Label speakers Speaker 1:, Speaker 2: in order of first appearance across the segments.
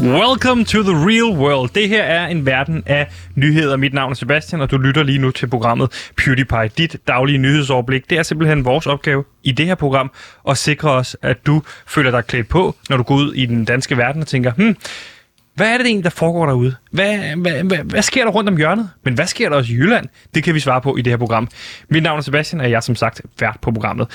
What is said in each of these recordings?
Speaker 1: Welcome to the real world. Det her er en verden af nyheder. Mit navn er Sebastian, og du lytter lige nu til programmet PewDiePie. Dit daglige nyhedsoverblik, det er simpelthen vores opgave i det her program at sikre os, at du føler dig klædt på, når du går ud i den danske verden og tænker, hmm, hvad er det egentlig, der foregår derude? Hvad, hvad, hvad, hvad sker der rundt om hjørnet? Men hvad sker der også i Jylland? Det kan vi svare på i det her program. Mit navn er Sebastian, og jeg er som sagt vært på programmet.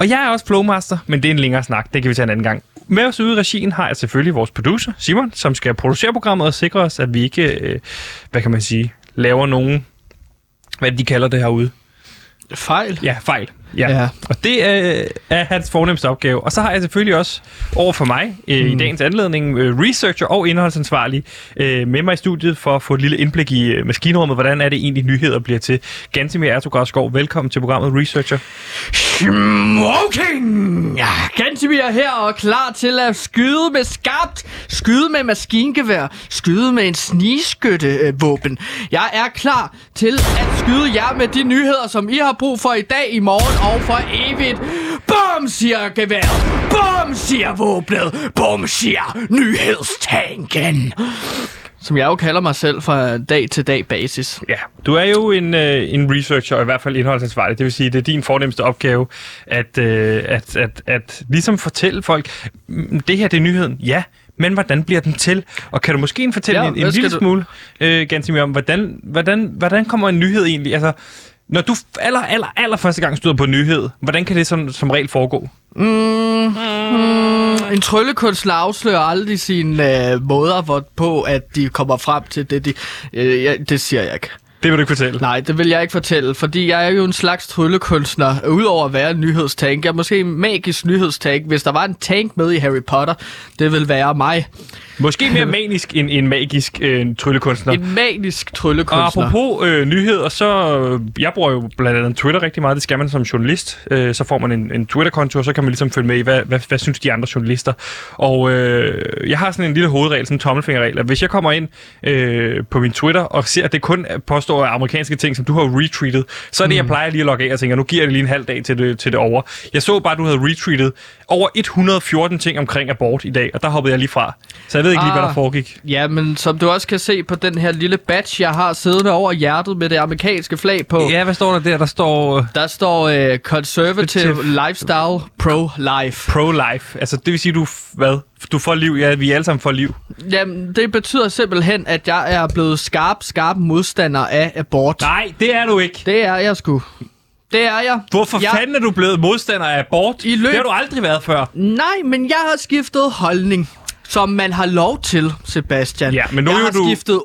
Speaker 1: Og jeg er også flowmaster, men det er en længere snak. Det kan vi tage en anden gang. Med os ude i regien har jeg selvfølgelig vores producer, Simon, som skal producere programmet og sikre os, at vi ikke, øh, hvad kan man sige, laver nogen, hvad de kalder det herude.
Speaker 2: Fejl?
Speaker 1: Ja, fejl. Ja. ja.
Speaker 2: Ja.
Speaker 1: Og det øh, er hans fornemmeste opgave. Og så har jeg selvfølgelig også over for mig øh, mm. i dagens anledning øh, researcher og indholdsansvarlig øh, med mig i studiet for at få et lille indblik i øh, maskinrummet. Hvordan er det egentlig, nyheder bliver til? Gansimir Ertug Skov, velkommen til programmet Researcher.
Speaker 2: Smoking! Ja, Gantemir er her og er klar til at skyde med skarpt, skyde med maskingevær, skyde med en snigskyttevåben. Jeg er klar til at skyde jer med de nyheder, som I har brug for i dag, i morgen og for evigt. Bum, siger geværet. Bum, siger våbnet. Bum, siger nyhedstanken. Som jeg jo kalder mig selv fra dag til dag basis.
Speaker 1: Ja, du er jo en, øh, en researcher, og i hvert fald indholdsansvarlig. Det vil sige, det er din fornemmeste opgave at, øh, at, at, at ligesom fortælle folk, "Mm, det her det er nyheden, ja, men hvordan bliver den til? Og kan du måske fortælle ja,
Speaker 2: Ja,
Speaker 1: en, en
Speaker 2: hvad skal
Speaker 1: lille du...
Speaker 2: du-
Speaker 1: smule, øh, Gansimir, om hvordan, hvordan, hvordan kommer en nyhed egentlig? Altså, når du f- aller, aller, aller første gang støder på en nyhed, hvordan kan det som, som regel foregå?
Speaker 2: En tryllekunstner afslører aldrig sine øh, måder, hvorpå at de kommer frem til det, de... Øh, ja, det siger jeg ikke.
Speaker 1: Det vil du ikke fortælle.
Speaker 2: Nej, det vil jeg ikke fortælle, fordi jeg er jo en slags tryllekunstner, udover at være en nyhedstank. Jeg er måske en magisk nyhedstank. Hvis der var en tank med i Harry Potter, det ville være mig.
Speaker 1: Måske mere manisk end en magisk øh, tryllekunstner.
Speaker 2: En magisk
Speaker 1: Og
Speaker 2: tryllekunstner.
Speaker 1: apropos øh, nyheder, så øh, jeg bruger jo blandt andet Twitter rigtig meget. Det skal man som journalist. Øh, så får man en, en Twitter-konto, og så kan man ligesom følge med i, hvad, hvad, hvad synes de andre journalister. Og øh, jeg har sådan en lille hovedregel, sådan en tommelfingerregel, at hvis jeg kommer ind øh, på min Twitter og ser, at det kun er- påstår af amerikanske ting, som du har retweetet, så er det, jeg plejer lige at logge af og tænker, nu giver jeg det lige en halv dag til det, til det over. Jeg så bare, at du havde retweetet over 114 ting omkring abort i dag, og der hoppede jeg lige fra. Så jeg ved ikke lige, hvad der
Speaker 2: Ah.
Speaker 1: foregik.
Speaker 2: Ja, men som du også kan se på den her lille badge, jeg har siddende over hjertet med det amerikanske flag på,
Speaker 1: Ja, hvad står der der? Der står... Øh,
Speaker 2: der står øh, Conservative Lifestyle Pro-Life.
Speaker 1: pro-life. Altså, det vil sige, du f- hvad? Du får liv. Ja, vi er alle sammen for liv.
Speaker 2: Jamen, det betyder simpelthen, at jeg er blevet skarp, skarp modstander af abort.
Speaker 1: Nej, det er du ikke.
Speaker 2: Det er jeg sgu. Det er jeg.
Speaker 1: Hvorfor
Speaker 2: jeg...
Speaker 1: ja. fanden er du blevet modstander af abort?
Speaker 2: I løb-
Speaker 1: Det har du aldrig været før.
Speaker 2: Nej, men jeg har skiftet holdning, som man har lov til, Sebastian.
Speaker 1: Ja, men nu
Speaker 2: jeg
Speaker 1: er jo
Speaker 2: har
Speaker 1: du-
Speaker 2: skiftet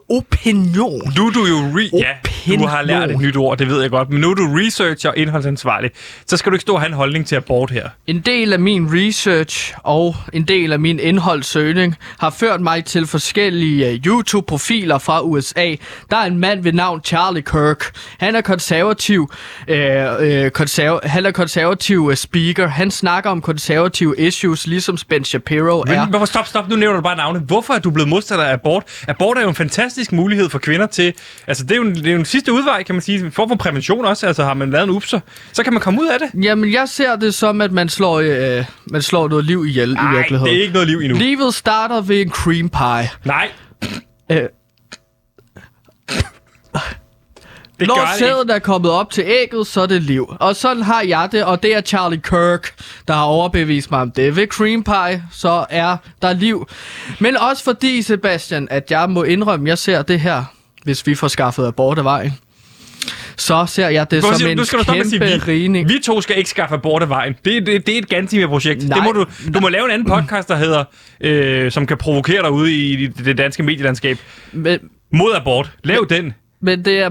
Speaker 2: opinion.
Speaker 1: Nu er du jo re- ja, du
Speaker 2: Opinion.
Speaker 1: har lært et nyt ord, det ved jeg godt. Men nu er du researcher og indholdsansvarlig. Så skal du ikke stå og have en holdning til abort her.
Speaker 2: En del af min research og en del af min indholdssøgning har ført mig til forskellige øh, YouTube-profiler fra USA. Der er en mand ved navn Charlie Kirk. Han er konservativ, øh, øh, konserv- han er konservativ øh, speaker. Han snakker om konservative issues, ligesom Ben Shapiro
Speaker 1: Men
Speaker 2: er.
Speaker 1: hvorfor stop, stop, nu nævner du bare navne. Hvorfor er du blevet modstander af abort? Abort er jo en fantastisk mulighed for kvinder til... Altså, det er jo en, det er jo en sidste udvej, kan man sige. En form for prævention også. Altså, har man lavet en upser, så kan man komme ud af det.
Speaker 2: Jamen, jeg ser det som, at man slår, øh, man slår noget liv ihjel i
Speaker 1: Nej,
Speaker 2: virkeligheden.
Speaker 1: det er ikke noget liv endnu.
Speaker 2: Livet starter ved en cream pie.
Speaker 1: Nej,
Speaker 2: Øh,
Speaker 1: det gør
Speaker 2: når
Speaker 1: det ikke.
Speaker 2: sæden er kommet op til ægget, så er det liv. Og sådan har jeg det, og det er Charlie Kirk, der har overbevist mig om det. Ved cream pie, så er der liv. Men også fordi, Sebastian, at jeg må indrømme, jeg ser det her, hvis vi får skaffet abort af vejen. Så ser jeg det
Speaker 1: Prøv at
Speaker 2: som
Speaker 1: sige-
Speaker 2: en
Speaker 1: nu skal du stoppe med at
Speaker 2: kæmpe
Speaker 1: sige, vi,
Speaker 2: rigning.
Speaker 1: vi to skal ikke skaffe abort af vejen. Det, det, det er et Gantimir-projekt. Det
Speaker 2: Nej.
Speaker 1: må du, du må lave en anden podcast, der hedder, øh, som kan provokere dig ude i det- det danske medielandskab.
Speaker 2: Men,
Speaker 1: Mod abort. Lav den.
Speaker 2: Men det, er,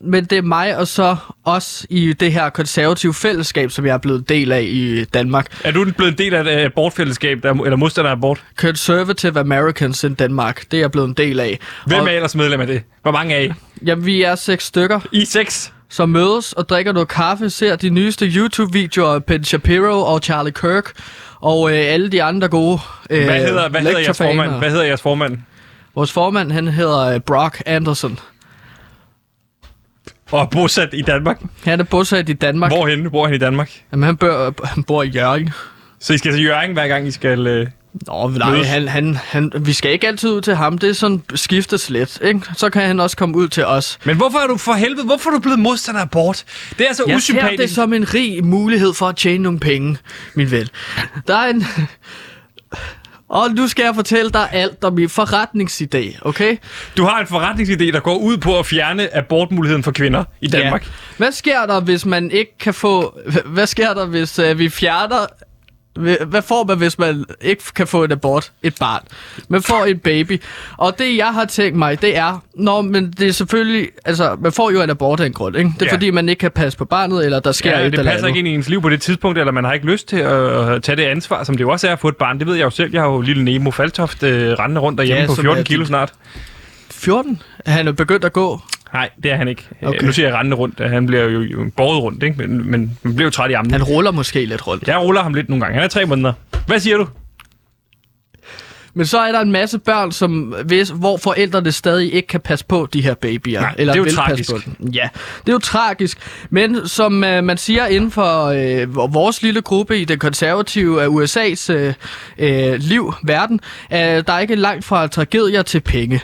Speaker 2: men det er mig og så os i det her konservative fællesskab, som jeg er blevet del af i Danmark.
Speaker 1: Er du blevet en del af et øh, abortfællesskab, der, eller modstander af abort?
Speaker 2: Conservative Americans in Danmark, det er jeg blevet en del af.
Speaker 1: Hvem
Speaker 2: og,
Speaker 1: er ellers medlem af det? Hvor mange er I?
Speaker 2: jamen, vi er seks stykker,
Speaker 1: I er seks.
Speaker 2: som mødes og drikker noget kaffe, ser de nyeste YouTube-videoer af Ben Shapiro og Charlie Kirk, og øh, alle de andre gode øh,
Speaker 1: Hvad hedder, hvad hedder jeres
Speaker 2: lektorfaner.
Speaker 1: formand? Hvad hedder jeres formand?
Speaker 2: Vores formand, han hedder øh, Brock Anderson.
Speaker 1: Og er bosat i Danmark.
Speaker 2: Han er bosat i Danmark.
Speaker 1: Hvorhenne? Hvor er han i Danmark?
Speaker 2: Jamen, han, bør, han bor i Jørgen.
Speaker 1: Så I skal til Jørgen, hver gang I skal... Øh...
Speaker 2: Nå, nej,
Speaker 1: Mødes.
Speaker 2: han, han, han, vi skal ikke altid ud til ham. Det er sådan skiftes lidt, ikke? Så kan han også komme ud til os.
Speaker 1: Men hvorfor er du for helvede, hvorfor er du blevet modstander af abort? Det er så
Speaker 2: Jeg ser
Speaker 1: usympatisk.
Speaker 2: det som en rig mulighed for at tjene nogle penge, min ven. Der er en... Og nu skal jeg fortælle dig alt om min forretningsidé, okay?
Speaker 1: Du har en forretningsidé, der går ud på at fjerne abortmuligheden for kvinder i Danmark.
Speaker 2: Ja. Hvad sker der, hvis man ikke kan få... H- Hvad sker der, hvis øh, vi fjerner... Hv- Hvad får man, hvis man ikke kan få et abort? Et barn. Man får en baby. Og det, jeg har tænkt mig, det er... Nå, men det er selvfølgelig... Altså, man får jo en abort af en grund, ikke? Det er
Speaker 1: Ja.
Speaker 2: ja. fordi, man ikke kan passe på barnet, eller der sker
Speaker 1: Ja,
Speaker 2: et
Speaker 1: ja, det
Speaker 2: eller
Speaker 1: passer
Speaker 2: andet.
Speaker 1: ikke ind i ens liv på det tidspunkt, eller man har ikke lyst til at tage det ansvar, som det jo også er at få et barn. Det ved jeg jo selv. Jeg har jo lille Nemo Faltoft øh, rendende rundt derhjemme
Speaker 2: Ja,
Speaker 1: ja, på
Speaker 2: som
Speaker 1: 14
Speaker 2: er
Speaker 1: kilo
Speaker 2: dit-
Speaker 1: snart.
Speaker 2: 14? Han er begyndt at gå.
Speaker 1: Nej, det er han ikke. Okay.
Speaker 2: Okay.
Speaker 1: Nu siger jeg rendende rundt. Han bliver jo, jo båret rundt, ikke? Men, men man bliver jo træt i armene.
Speaker 2: Han ruller måske lidt rundt.
Speaker 1: Jeg ruller ham lidt nogle gange. Han er tre måneder. Hvad siger du?
Speaker 2: Men så er der en masse børn, som, hvis, hvor forældrene stadig ikke kan passe på de her babyer.
Speaker 1: Nej,
Speaker 2: eller
Speaker 1: det er jo
Speaker 2: vil
Speaker 1: tragisk.
Speaker 2: Passe på dem. Ja, det er jo tragisk. Men som øh, man siger inden for øh, vor- vores lille gruppe i den konservative af USA's øh, øh, liv, verden, øh, der er ikke langt fra tragedier til penge.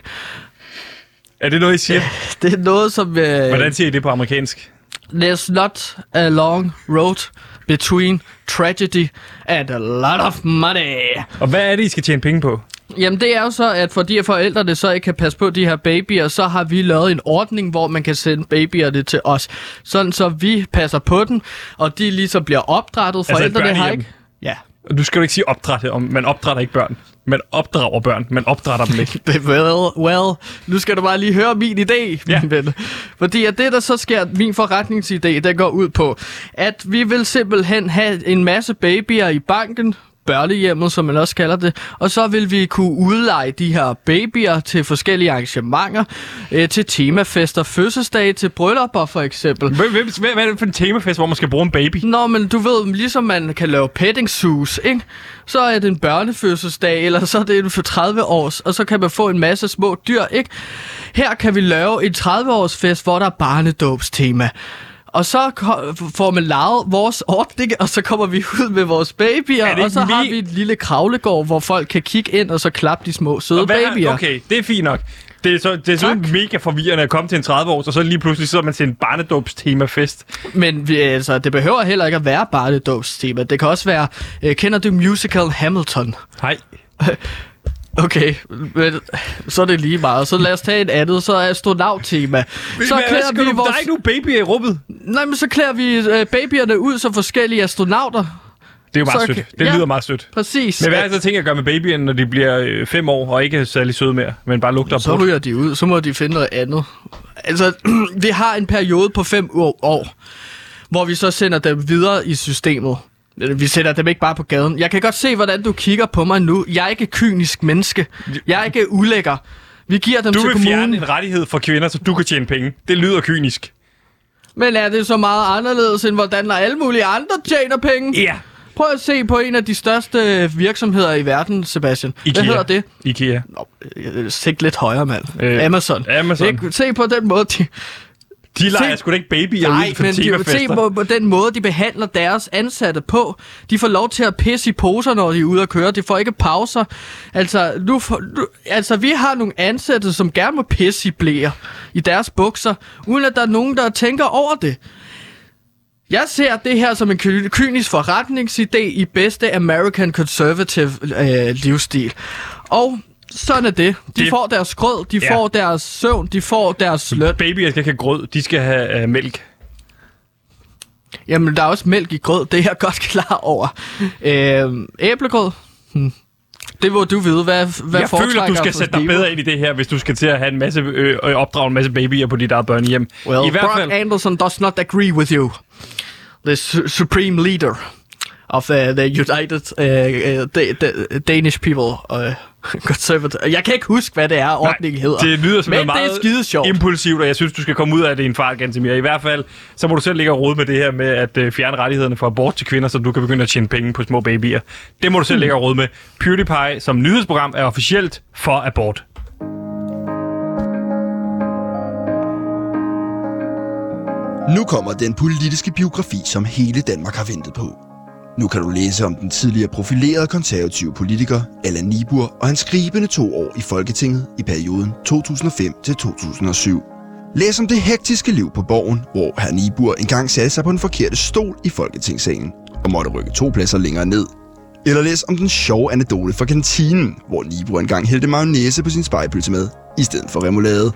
Speaker 1: Er det noget, I siger?
Speaker 2: Det er noget, som... Øh,
Speaker 1: Hvordan siger I det på amerikansk?
Speaker 2: There's not a long road between tragedy and a lot of money.
Speaker 1: Og hvad er det, I skal tjene penge på?
Speaker 2: Jamen det er jo så, at fordi at forældrene så ikke kan passe på de her babyer, så har vi lavet en ordning, hvor man kan sende babyerne til os. Sådan så vi passer på dem, og de ligesom bliver opdrettet.
Speaker 1: Altså, et
Speaker 2: Forældrene har
Speaker 1: børnehjem.
Speaker 2: ikke... Ja,
Speaker 1: Du skal jo ikke sige opdrætte. om- Man opdrætter ikke børn. Man opdrager børn. Man opdrætter dem ikke.
Speaker 2: det well, well. Nu skal du bare lige høre min idé,
Speaker 1: Ja.
Speaker 2: ja. min ven. Fordi at det, der så sker, min forretningsidé, der går ud på, at vi vil simpelthen have en masse babyer i banken, børnehjemmet, som man også kalder det, og så vil vi kunne udleje de her babyer til forskellige arrangementer, øh, til temafester, fødselsdage, til bryllupper for eksempel.
Speaker 1: Hvem, hvem, hvad, hvad er det for en temafest, hvor man skal bruge en baby?
Speaker 2: Nå, men du ved, ligesom man kan lave petting zoos, ikke? Så er det en børnefødselsdag, eller så er det en for 30 års, og så kan man få en masse små dyr, ikke? Her kan vi lave en 30-års fest, hvor der er barnedåbstema. Og så ko- får man lavet vores ordning, og så kommer vi ud med vores
Speaker 1: Er det
Speaker 2: babyer, og
Speaker 1: ikke
Speaker 2: så har
Speaker 1: lige-
Speaker 2: vi et lille kravlegård, hvor folk kan kigge ind og så klappe de små søde
Speaker 1: Og hvad er-
Speaker 2: babyer.
Speaker 1: Okay, det er fint nok. Det er, så, det er sådan mega forvirrende at komme til en 30-års, og så lige pludselig sidder man til en barnedåbstemafest.
Speaker 2: Men vi, altså, det behøver heller ikke at være barnedåbstema. Det kan også være, øh, kender du musical Hamilton?
Speaker 1: Nej.
Speaker 2: Okay, men, så er det lige meget. Så lad os tage et andet, så er astronaut-tema. Så klæder vi
Speaker 1: du, Der er
Speaker 2: vores...
Speaker 1: ikke nogen babyer i rummet.
Speaker 2: Nej, men så klæder vi øh, babyerne ud som forskellige astronauter.
Speaker 1: Det er jo meget
Speaker 2: Så-
Speaker 1: sødt. Det
Speaker 2: ja.
Speaker 1: lyder meget sødt.
Speaker 2: Præcis.
Speaker 1: Men hvad er det så ting at gøre med babyerne, når de bliver øh, fem år og ikke er særlig søde mere, men bare lugter
Speaker 2: så
Speaker 1: på
Speaker 2: ryger de ud, så må de finde noget andet. Altså, vi har en periode på fem år, år, hvor vi så sender dem videre i systemet. Øh, Vi sender dem ikke bare på gaden. Jeg kan godt se, hvordan du kigger på mig nu. Jeg er ikke et kynisk menneske. Jeg er ikke ulækker. Vi giver dem
Speaker 1: Du
Speaker 2: til
Speaker 1: vil
Speaker 2: kommunen.
Speaker 1: fjerne en rettighed for kvinder, så du kan tjene penge. Det lyder kynisk.
Speaker 2: Men er det så meget anderledes, end hvordan alle mulige andre tjener penge?
Speaker 1: Ja.
Speaker 2: Prøv at se på en af de største virksomheder i verden, Sebastian.
Speaker 1: IKEA.
Speaker 2: Hvad hedder det?
Speaker 1: IKEA.
Speaker 2: Nå, øh, Sigt lidt højere, mand.
Speaker 1: Øh,
Speaker 2: Øh, Amazon.
Speaker 1: Amazon.
Speaker 2: Ikke? Se på den måde, de...
Speaker 1: De leger
Speaker 2: Se-
Speaker 1: sgu da ikke babyer
Speaker 2: Nej,
Speaker 1: ud for
Speaker 2: men de, se
Speaker 1: temafester.
Speaker 2: på, på den måde, de behandler deres ansatte på. De får lov til at pisse i poser, når de er ude at køre. De får ikke pauser. Altså, nu får, nu, altså vi har nogle ansatte, som gerne må pisse i blæer i deres bukser, uden at der er nogen, der tænker over det. Jeg ser det her som en ky- kynisk forretningsidé i bedste American Conservative øh, livsstil. Og sådan er det. De
Speaker 1: Det-
Speaker 2: det... får deres grød, de
Speaker 1: Ja.
Speaker 2: ja. får deres søvn, de får deres løn.
Speaker 1: Babyer skal ikke have grød, de skal have øh, mælk.
Speaker 2: Jamen, der er også mælk i grød, det er jeg godt klar over. Øh, æblegrød? Hmm. Det må du vide, hvad, hvad
Speaker 1: jeg føler, du
Speaker 2: foretrækker
Speaker 1: skal
Speaker 2: for
Speaker 1: sætte dig
Speaker 2: Steve?
Speaker 1: bedre ind i det her, hvis du skal til at have en masse, øh, øh, opdrage en masse babyer på dit eget børnehjem.
Speaker 2: Well,
Speaker 1: I hvert
Speaker 2: Brock
Speaker 1: fald,
Speaker 2: Anderson does not agree with you. The su- supreme leader of uh, the United uh, uh, da- da- Danish People uh, Conservative. Jeg kan ikke huske, hvad det er, ordningen hedder.
Speaker 1: det lyder som
Speaker 2: Men
Speaker 1: noget meget
Speaker 2: det er skide sjovt.
Speaker 1: impulsivt, og jeg synes, du skal komme ud af det i en fart, Gansimir. I hvert fald, så må du selv ligge og rode med det her med at øh, fjerne rettighederne for abort til kvinder, så du kan begynde at tjene penge på små babyer. Det må du selv ligge og rode med. PewDiePie som nyhedsprogram er officielt for abort.
Speaker 3: Nu kommer den politiske biografi, som hele Danmark har ventet på. Nu kan du læse om den tidligere profilerede konservative politiker Allan Nibur og hans skribende to år i Folketinget i perioden 2005-2007. Læs om det hektiske liv på borgen, hvor herr Nibur engang satte sig på den forkerte stol i Folketingssalen og måtte rykke to pladser længere ned. Eller læs om den sjove anekdote fra kantinen, hvor Nibur engang hældte mayonnaise på sin spejpølse med, i stedet for remoulade.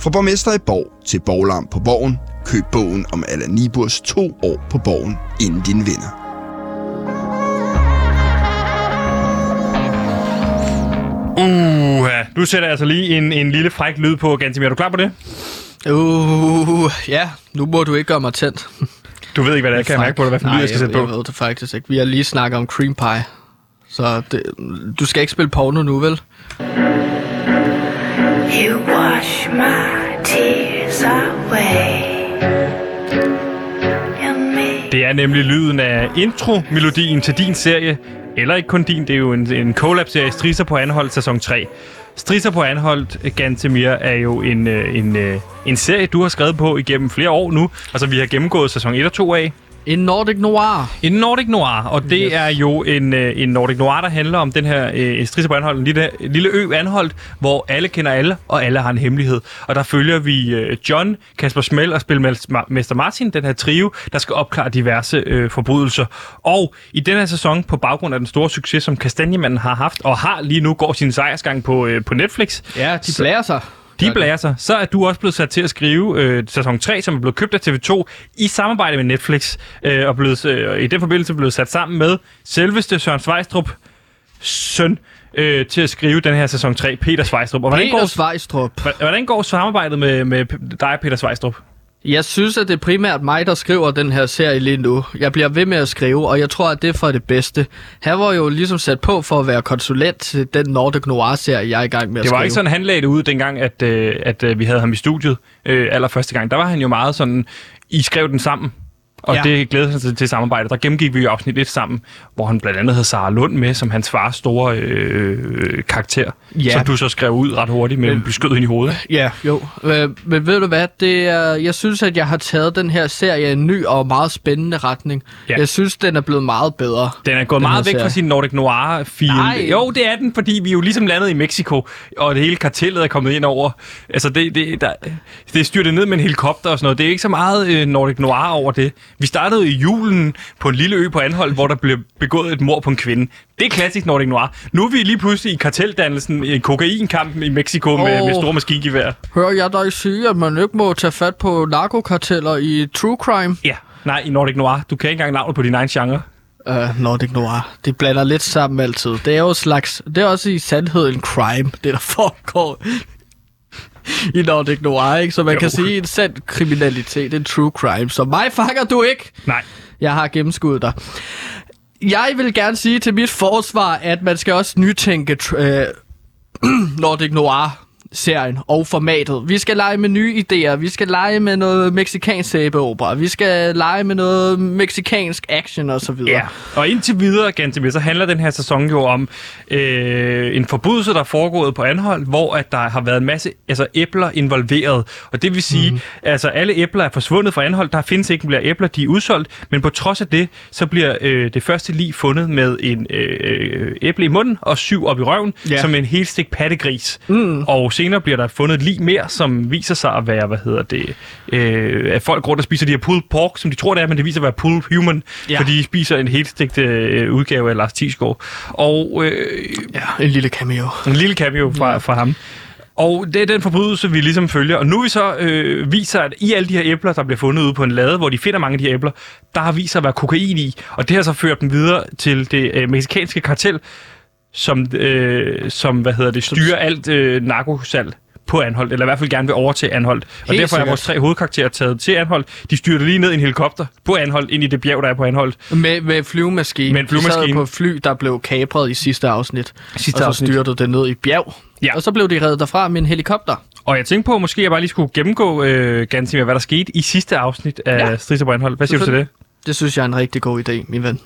Speaker 3: Fra borgmester i Borg til borglarm på Borgen, køb bogen om Allan Niburs to år på Borgen, inden din vinder.
Speaker 1: Uha, du sætter jeg altså lige en, en lille fræk lyd på, Gantimir. Er du klar på det?
Speaker 2: Uh, ja, nu må du ikke gøre mig tændt.
Speaker 1: Du ved ikke, hvad det er, kan jeg mærke på dig, hvad for en lyd, jeg skal sætte
Speaker 2: jeg,
Speaker 1: på.
Speaker 2: jeg ved det faktisk ikke. Vi har lige snakket om cream pie. Så det, du skal ikke spille porno nu, vel?
Speaker 4: You wash my tears away. And make
Speaker 1: Det er nemlig lyden af intro-melodien til din serie. Eller ikke kun din, det er jo en, en collab-serie, Strisser på Anholdt, sæson 3. Strisser på Anholdt, Gantemir, er jo en, øh, en, øh, en serie, du har skrevet på igennem flere år nu. Altså, vi har gennemgået sæson 1 og 2 af.
Speaker 2: En Nordic Noir.
Speaker 1: En Nordic Noir, og det yes.
Speaker 2: Yes.
Speaker 1: er jo en, øh, en Nordic Noir, der handler om den her øh, stridser på Anholdt, en lille, lille ø Anholdt, hvor alle kender alle, og alle har en hemmelighed. Og der følger vi øh, John, Kasper Smell og Spilmester Martin, den her trio, der skal opklare diverse øh, forbrydelser. Og i den her sæson, på baggrund af den store succes, som Kastanjemanden har haft, og har lige nu går sin sejrsgang på, øh, på Netflix,
Speaker 2: Ja, de blærer sig.
Speaker 1: de blærer sig. Så er du også blevet sat til at skrive øh, sæson 3, som er blevet købt af TV2 i samarbejde med Netflix, øh, og blevet, øh, i den forbindelse blevet sat sammen med selveste Søren Svejstrup søn øh, til at skrive den her sæson 3, Peter Svejstrup. Og hvordan,
Speaker 2: Peter
Speaker 1: Peter.
Speaker 2: Svejstrup.
Speaker 1: Går, hvordan går samarbejdet med, med p- dig og Peter Svejstrup?
Speaker 2: Jeg synes, at det er primært mig, der skriver den her serie lige nu. Jeg bliver ved med at skrive, og jeg tror, at det er for det bedste. Han var jo ligesom sat på for at være konsulent til den Nordic Noir-serie, jeg er i gang med at
Speaker 1: Det
Speaker 2: skrive.
Speaker 1: var ikke sådan, han lagde det ud dengang, at, øh, at øh, vi havde ham i studiet øh, allerførste gang. Der var han jo meget sådan, I skrev den sammen. Og ja.
Speaker 2: Ja.
Speaker 1: det glæder sig til, til samarbejdet. Der gennemgik vi jo afsnit 1 sammen, hvor han blandt andet havde Sara Lund med, som hans fars store øh, karakter. Ja.
Speaker 2: Ja.
Speaker 1: Som du så skrev ud ret hurtigt, men blev skød ind i hovedet.
Speaker 2: Ja, jo. Øh, men ved du hvad, det er, jeg synes, at jeg har taget den her serie i en ny og meget spændende retning.
Speaker 1: Ja.
Speaker 2: Ja. Jeg synes, den er blevet meget bedre.
Speaker 1: Den er gået
Speaker 2: Den
Speaker 1: meget
Speaker 2: her
Speaker 1: væk fra
Speaker 2: serie.
Speaker 1: sin Nordic noir
Speaker 2: Nej.
Speaker 1: feel. Jo, det er den, fordi vi er jo ligesom landet i Mexico, og det hele kartellet er kommet ind over. Altså, det, det, der, det er styrtet ned med en helikopter og sådan noget. Det er ikke så meget øh, Nordic noir over det. Vi startede i julen på en lille ø på Anhold, hvor der blev begået et mord på en kvinde. Det er klassisk Nordic noir. Nu er vi lige pludselig i karteldannelsen, i kokainkampen i Mexico oh. med,
Speaker 2: Åh.
Speaker 1: med store maskingevær.
Speaker 2: Hører jeg dig sige, at man ikke må tage fat på narkokarteller i true crime?
Speaker 1: Ja, nej, i Nordic noir. Du kan ikke engang navnet på din egen genre.
Speaker 2: Uh, Nordic Noir. Det blander lidt sammen altid. Det er jo slags... Det er også i sandhed en crime, det der foregår i Nordic Noir, ikke? Så man
Speaker 1: Jo.
Speaker 2: jo. kan sige, en sand kriminalitet, en true crime. Så mig fanger du ikke!
Speaker 1: Nej.
Speaker 2: Jeg har gennemskuddet dig. Jeg vil gerne sige til mit forsvar, at man skal også nytænke tr- øh, Nordic Noir serien og formatet. Vi skal lege med nye idéer. Vi skal lege med noget meksikansk sæbeopera. Vi skal lege med noget meksikansk action og så videre.
Speaker 1: Ja, og indtil videre, Gantemir, så handler den her sæson jo om øh, en forbrydelse, der er foregået på Anhold, hvor at der har været en masse altså, æbler involveret. Og det vil sige,
Speaker 2: Mhm.
Speaker 1: mm. altså alle æbler er forsvundet fra Anhold, der findes ikke flere æbler, de er udsolgt, men på trods af det, så bliver øh, det første lig fundet med en øh, æble i munden og syv op i røven,
Speaker 2: Ja.
Speaker 1: som en helt stik pattegris. Mm. Og senere bliver der fundet et lig mere, som viser sig at være, hvad hedder det, øh, at folk rundt og spiser de her pulled pork, som de tror det er, men det viser at være pulled human, ja.
Speaker 2: Ja.
Speaker 1: fordi de spiser en helt stegt øh, udgave af Lars Tisgaard. Og øh,
Speaker 2: ja en lille cameo.
Speaker 1: en lille cameo fra, fra ham. Og det er den forbrydelse, vi ligesom følger. Og nu er vi så øh, viser, at i alle de her æbler, der bliver fundet ude på en lade, hvor de finder mange af de her æbler, der har vist sig at være kokain i. Og det har så ført dem videre til det øh, meksikanske kartel, som, øh, som hvad hedder det, styrer alt øh, narkosalg på Anholdt, eller i hvert fald gerne vil over til Anholdt. Og
Speaker 2: Helt
Speaker 1: derfor er
Speaker 2: sikkert.
Speaker 1: vores tre hovedkarakterer taget til Anholdt. De styrter lige ned i en helikopter på Anholdt, ind i det bjerg, der er på Anholdt.
Speaker 2: Med, med flyvemaskine.
Speaker 1: Med en flyvemaskine.
Speaker 2: De sad på et fly, der blev kapret i sidste afsnit.
Speaker 1: Sidste
Speaker 2: og så
Speaker 1: afsnit.
Speaker 2: styrtede det ned i et bjerg.
Speaker 1: Ja.
Speaker 2: Og så blev de reddet derfra med en helikopter.
Speaker 1: Og jeg tænkte på, at måske jeg bare lige skulle gennemgå øh, ganske med, hvad der skete i sidste afsnit af ja.
Speaker 2: Ja.
Speaker 1: Stridser på Anholdt. Hvad siger du til det?
Speaker 2: Selvfølgelig. Det synes jeg er en rigtig god idé, min ven.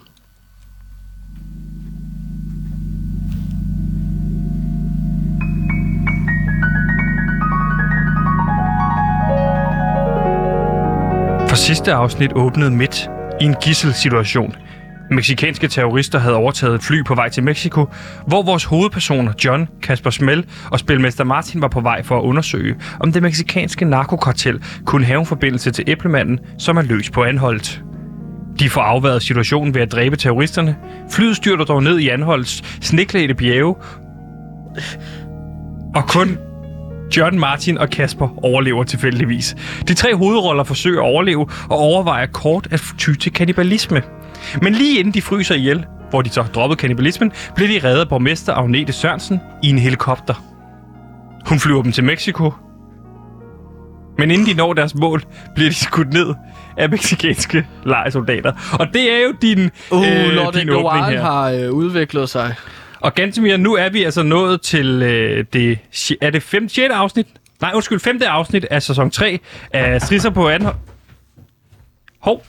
Speaker 1: For sidste afsnit åbnede midt i en gisselsituation. Meksikanske terrorister havde overtaget et fly på vej til Mexico, hvor vores hovedpersoner John, Kasper Smell og spilmester Martin var på vej for at undersøge, om det meksikanske narkokartel kunne have en forbindelse til æblemanden, som er løs på anholdt. De får afværet situationen ved at dræbe terroristerne. Flyet styrter dog ned i Anholds sneklædte bjerge. Og kun John, Martin og Kasper overlever tilfældigvis. De tre hovedroller forsøger at overleve og overvejer kort at ty til kannibalisme. Men lige inden de fryser ihjel, hvor de så har droppet kannibalismen, bliver de reddet af borgmester Agnete Sørensen i en helikopter. Hun flyver dem til Mexico. Men inden de når deres mål, bliver de skudt ned af meksikanske lejesoldater. Og det er jo din,
Speaker 2: Uh, øh,
Speaker 1: øh,
Speaker 2: Lord
Speaker 1: din åbning
Speaker 2: Noir
Speaker 1: her.
Speaker 2: har øh, udviklet sig.
Speaker 1: Og Gantemir, nu er vi altså nået til øh, det, sj- er det 5. 6. afsnit? Nej, undskyld, 5. afsnit af sæson 3 af Strisser på anden. Hov,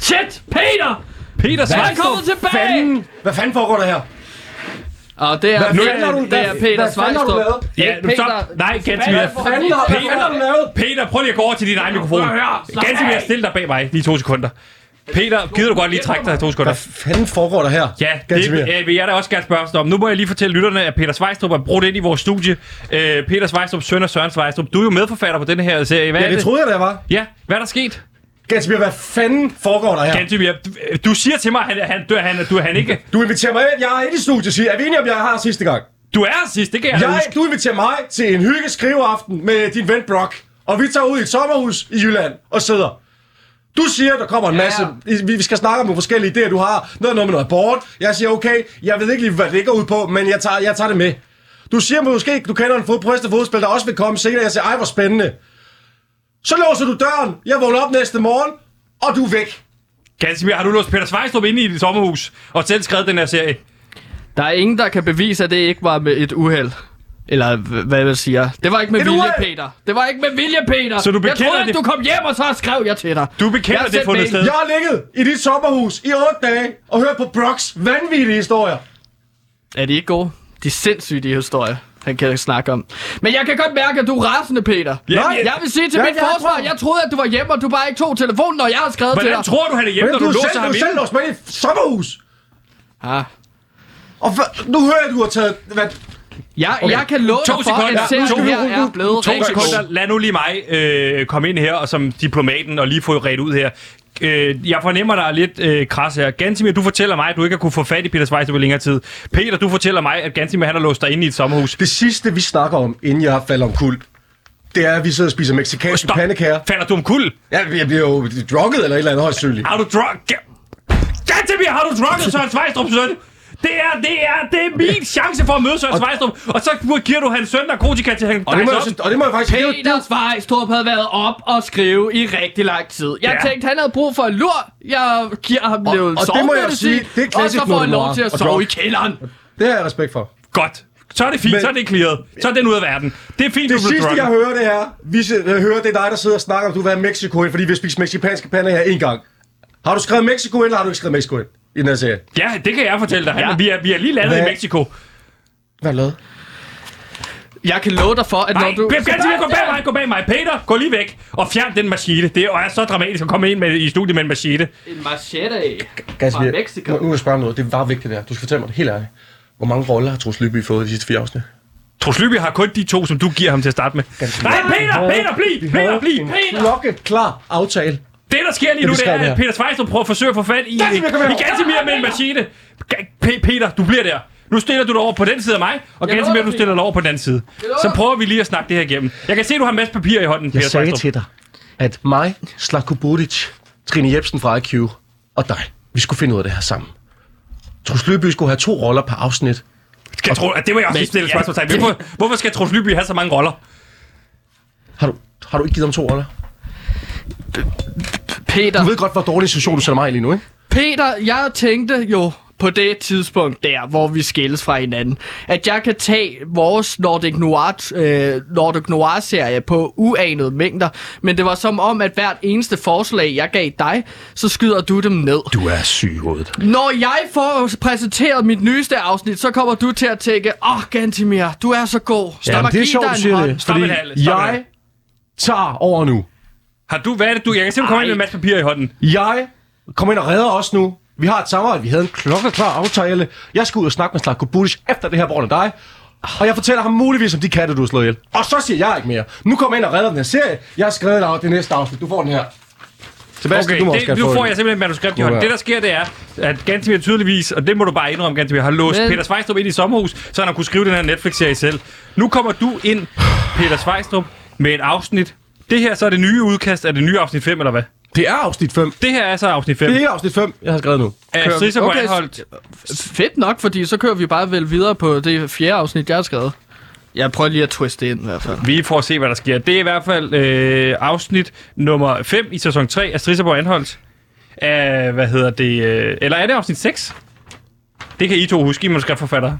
Speaker 2: Shit, Peter!
Speaker 1: Peter
Speaker 2: Velkommen
Speaker 1: Svejstrup!
Speaker 2: tilbage!
Speaker 5: Fanden! Hvad fanden foregår der her?
Speaker 2: Og det er,
Speaker 5: Hvad
Speaker 2: det
Speaker 5: fanden har
Speaker 2: er,
Speaker 5: du-
Speaker 2: det
Speaker 5: hvad-
Speaker 2: er Peter
Speaker 5: hvad fanden har du
Speaker 2: Svejstrup.
Speaker 5: lavet?
Speaker 1: Ja, nu stop. Nej, Gantemir.
Speaker 5: Hvad fanden har, hvad fanden har du lavet?
Speaker 1: Peter, prøv lige at gå over til din egen mikrofon.
Speaker 2: Prøv at høre, slap
Speaker 1: Gantemir,
Speaker 2: af.
Speaker 1: stil dig bag mig lige to sekunder. Peter, gider du godt lige trække dig i to sekunder?
Speaker 5: Hvad fanden foregår der her?
Speaker 1: Ja, det
Speaker 5: Gantemir?
Speaker 1: øh, vil jeg da også gerne spørge dig om. Nu må jeg lige fortælle lytterne, at Peter Svejstrup er brugt ind i vores studie. Øh, Peter Svejstrup, søn af Søren Svejstrup. Du er jo medforfatter på den her serie. Hvad
Speaker 5: Ja,
Speaker 1: er
Speaker 5: det troede jeg, der var.
Speaker 1: Ja, hvad er der sket?
Speaker 5: Gantemir, hvad fanden foregår der her?
Speaker 1: Gantemir, du, øh, du siger til mig, at han, han, du, han, du, han ikke...
Speaker 5: Du inviterer mig ind. Jeg er inde i studiet, siger. Er vi enige om, jeg har sidste gang?
Speaker 1: Du er sidst, det kan jeg, jeg...
Speaker 5: Jeg,
Speaker 1: huske.
Speaker 5: du inviterer mig til en hygge skriveaften med din ven Brock. Og vi tager ud i et sommerhus i Jylland og sidder. Du siger, der kommer en
Speaker 2: Ja.
Speaker 5: masse... Vi vi skal snakke om nogle forskellige idéer, du har. Noget, noget med noget abort. Jeg siger, okay, jeg ved ikke lige, hvad det ligger ud på, men jeg tager, jeg tager det med. Du siger måske, du kender en fod, bryst og fodspil, der også vil komme senere. Jeg siger, ej, hvor spændende. Så låser du døren. Jeg vågner op næste morgen, og du er væk.
Speaker 1: Gantemir, har du låst Peter Svejstrup inde i dit sommerhus og selv skrevet den her serie?
Speaker 2: Der er ingen, der kan bevise, at det ikke var med et uheld. Eller h- hvad jeg siger. Det var ikke med
Speaker 5: Et
Speaker 2: vilje,
Speaker 5: uheld?
Speaker 2: Peter. Det var ikke med vilje, Peter.
Speaker 1: Så du
Speaker 2: jeg
Speaker 1: bekender
Speaker 2: troede, at
Speaker 1: det-
Speaker 2: du kom hjem, og så skrev jeg til dig.
Speaker 1: Du bekender
Speaker 2: Jeg har
Speaker 1: det
Speaker 2: sendt
Speaker 1: fundet
Speaker 2: mailen.
Speaker 1: sted.
Speaker 5: Jeg har ligget i dit sommerhus i 8 dage og hørt på Brocks vanvittige historier.
Speaker 2: Er de ikke gode? De er sindssyge, de historier, han kan snakke om. Men jeg kan godt mærke, at du er rasende, Peter.
Speaker 1: Ja,
Speaker 2: Nej,
Speaker 1: men-
Speaker 2: jeg vil sige til
Speaker 5: Ja,
Speaker 2: mit
Speaker 5: jeg er
Speaker 2: forsvar,
Speaker 5: klar.
Speaker 2: jeg troede, at du var hjemme, og du bare ikke tog telefonen, når jeg har skrevet til
Speaker 1: Hvordan
Speaker 2: dig.
Speaker 1: tror du, han er hjemme, når
Speaker 5: Men
Speaker 1: du,
Speaker 5: du,
Speaker 1: låser
Speaker 5: selv,
Speaker 1: ham
Speaker 5: du
Speaker 1: inde?
Speaker 5: selv låst mig i et sommerhus.
Speaker 2: Ah.
Speaker 5: Og hva- nu hører jeg, at du har taget... Hvad?
Speaker 2: Jeg, okay. jeg kan love dig
Speaker 1: To
Speaker 2: for,
Speaker 1: sekunder.
Speaker 2: at serien
Speaker 1: To
Speaker 2: her er blevet
Speaker 1: To
Speaker 2: rigtig god.
Speaker 1: sekunder. Lad nu lige mig øh, komme ind her og som diplomaten og lige få ret ud her. Øh, jeg fornemmer, der er lidt øh, kras her. Gantimir, du fortæller mig, at du ikke har kunne få fat i Peter Svejstrup i længere tid. Peter, du fortæller mig, at Gantimir han har låst dig inde i et sommerhus.
Speaker 5: Det sidste, vi snakker om, inden jeg falder omkuld, det er, at vi sidder og spiser mexicanske
Speaker 1: Stop.
Speaker 5: pandekager.
Speaker 1: Falder du omkuld?
Speaker 5: Jeg, jeg bliver jo drukket eller et eller andet højst synligt.
Speaker 1: Har du drunk? Gantemir, har du drunket Søren Svejstrup, søn? Det er, det er, det er min chance for at møde Søren Svejstrup. Og så giver du hans søn narkotika til han
Speaker 5: Og det, må jeg,
Speaker 1: dejser
Speaker 5: så- og det må jeg faktisk hæve.
Speaker 2: Peter Svejstrup havde været op og skrive i rigtig lang tid. Jeg
Speaker 1: Ja.
Speaker 2: ja. tænkte, han havde brug for en lur. Jeg giver ham noget
Speaker 5: og det må jeg
Speaker 2: sovemedicin,
Speaker 5: sige, det er
Speaker 2: Og så
Speaker 5: klassisk
Speaker 2: får han
Speaker 5: Nordnorge
Speaker 2: lov til at
Speaker 5: og
Speaker 2: sove
Speaker 5: drop.
Speaker 2: i kælderen.
Speaker 5: Det har jeg respekt for.
Speaker 1: op. Godt. Så er det fint,
Speaker 5: Men-
Speaker 1: så er det clearet. Så er den ud af verden. Det er fint,
Speaker 5: Det
Speaker 1: du blev
Speaker 5: sidste,
Speaker 1: drunk.
Speaker 5: jeg hører, det er, vi si- jeg hører, det er dig, der sidder og snakker om, at du har været i Mexico ind, fordi vi har spist mexicanske pandekager en gang. Har du skrevet Mexico ind, eller har du ikke skrevet Mexico ind i den her serie?
Speaker 1: Ja, det kan jeg fortælle dig. Han,
Speaker 2: Ja.
Speaker 1: vi, er, vi er lige landet i
Speaker 5: Hvad?
Speaker 1: Mexico.
Speaker 5: Hvad har du lavet?
Speaker 2: Jeg kan love dig for, at
Speaker 1: Nej,
Speaker 2: når du...
Speaker 1: Gantemir, gå bag mig, gå bag mig. Peter, gå lige væk og fjern den machete. Det er, er så dramatisk at komme ind med, i studiet med en machete.
Speaker 2: En machete
Speaker 5: Ganske
Speaker 2: fra Mexico.
Speaker 5: Nu vil jeg spørge om noget. Det var vigtigt, det her. Du skal fortælle mig det helt ærligt. Hvor mange roller har Troels Lyby fået i de sidste fire afsnit?
Speaker 1: Troels Lyby har kun de to, som du giver ham til at starte med. Nej, Peter, Peter, bliv, Peter, bliv.
Speaker 5: Peter! Klokke klar aftale.
Speaker 1: Det, der sker lige nu,
Speaker 5: Det
Speaker 1: det
Speaker 5: beskrev
Speaker 1: er,
Speaker 5: jeg.
Speaker 1: at Peter Svejstrup prøver at forsøge at få fat i, i
Speaker 5: Gantemir, kom her.
Speaker 1: Gantemir med en machete. Ga- Pe- Peter, du bliver der. Nu stiller du dig over på den side af mig, og
Speaker 2: Jeg
Speaker 1: Gantemir,
Speaker 2: lover
Speaker 1: du
Speaker 2: det.
Speaker 1: stiller dig over på den anden side.
Speaker 2: lover
Speaker 1: Så
Speaker 2: det.
Speaker 1: prøver vi lige at snakke det her igennem. Jeg kan se, du har en masse papir i hånden, Peter
Speaker 5: Jeg sagde
Speaker 1: Svejstrup.
Speaker 5: til dig, at mig, Slatko Budic, Trine Jebsen fra IQ og dig, vi skulle finde ud af det her sammen. Troels Lyby skulle have to roller per afsnit.
Speaker 1: Skal Tro- det var jeg også lige stille et spørgsmål til. Hvorfor, hvorfor skal Troels Lyby have så mange roller?
Speaker 5: Har du, har du ikke givet ham to roller?
Speaker 2: Peter,
Speaker 5: Du ved godt, hvor dårlig situation du sender mig i lige nu, ikke?
Speaker 2: Peter, jeg tænkte jo på det tidspunkt der, hvor vi skilles fra hinanden, at jeg kan tage vores Nordic Noir, øh, Nordic Noir-serie på uanede mængder, men det var som om, at hvert eneste forslag, jeg gav dig, så skyder du dem ned.
Speaker 5: Du er syg i hovedet.
Speaker 2: Når jeg får præsenteret mit nyeste afsnit, så kommer du til at tænke, åh, oh, Gantimir, du er så god. Stop
Speaker 5: Jamen,
Speaker 2: og
Speaker 5: det er
Speaker 2: giv
Speaker 5: sjovt,
Speaker 2: dig
Speaker 5: du
Speaker 2: en
Speaker 5: siger
Speaker 2: hånd."
Speaker 5: det.
Speaker 1: Stop
Speaker 5: Fordi
Speaker 1: en halv, stop en halv.
Speaker 5: jeg tager over nu.
Speaker 1: Har du, hvad er det du? Jeg kan se, du kommer ind med en masse papir i hånden.
Speaker 5: Jeg kommer ind og redder os nu.
Speaker 6: Vi har et samarbejde. Vi havde en klokkeklar aftale. Jeg skal ud og snakke med Slatko Budic efter det her bror dig. Og jeg fortæller ham muligvis om de katte, du har slået ihjel. Og så siger jeg ikke mere. Nu kommer jeg ind og redder den her serie. Jeg har skrevet dig det næste afsnit. Du får den her. Sebastian, du
Speaker 1: Okay,
Speaker 6: må også
Speaker 1: det,
Speaker 6: gerne
Speaker 1: nu
Speaker 6: få
Speaker 1: får
Speaker 6: den.
Speaker 1: jeg simpelthen manuskript i
Speaker 6: Nu
Speaker 1: hånden.
Speaker 6: er-
Speaker 1: Det, der sker, det er, at Gantemir tydeligvis, og det må du bare indrømme, Gantemir, har låst
Speaker 2: Men-
Speaker 1: Peter Svejstrup ind i sommerhus, så han har kunne skrive den her Netflix-serie selv. Nu kommer du ind, Peter Svejstrup, med et afsnit. Det her så er det nye udkast af det nye afsnit 5, eller hvad?
Speaker 6: Det er afsnit 5.
Speaker 1: Det her er så afsnit 5.
Speaker 6: Det er ikke afsnit 5, jeg har skrevet nu.
Speaker 1: Af
Speaker 2: kører-
Speaker 1: Strisser
Speaker 2: okay,
Speaker 1: okay. Anholdt.
Speaker 2: Fedt nok, fordi så kører vi bare vel videre på det fjerde afsnit, jeg har skrevet. Jeg prøver lige at twiste det ind i hvert fald.
Speaker 1: Vi får at se, hvad der sker. Det er i hvert fald øh, afsnit nummer 5 i sæson 3 af Strisserborg Anholdt. Af, hvad hedder det? Øh, eller er det afsnit 6? Det kan I to huske, I manuskriptforfattere.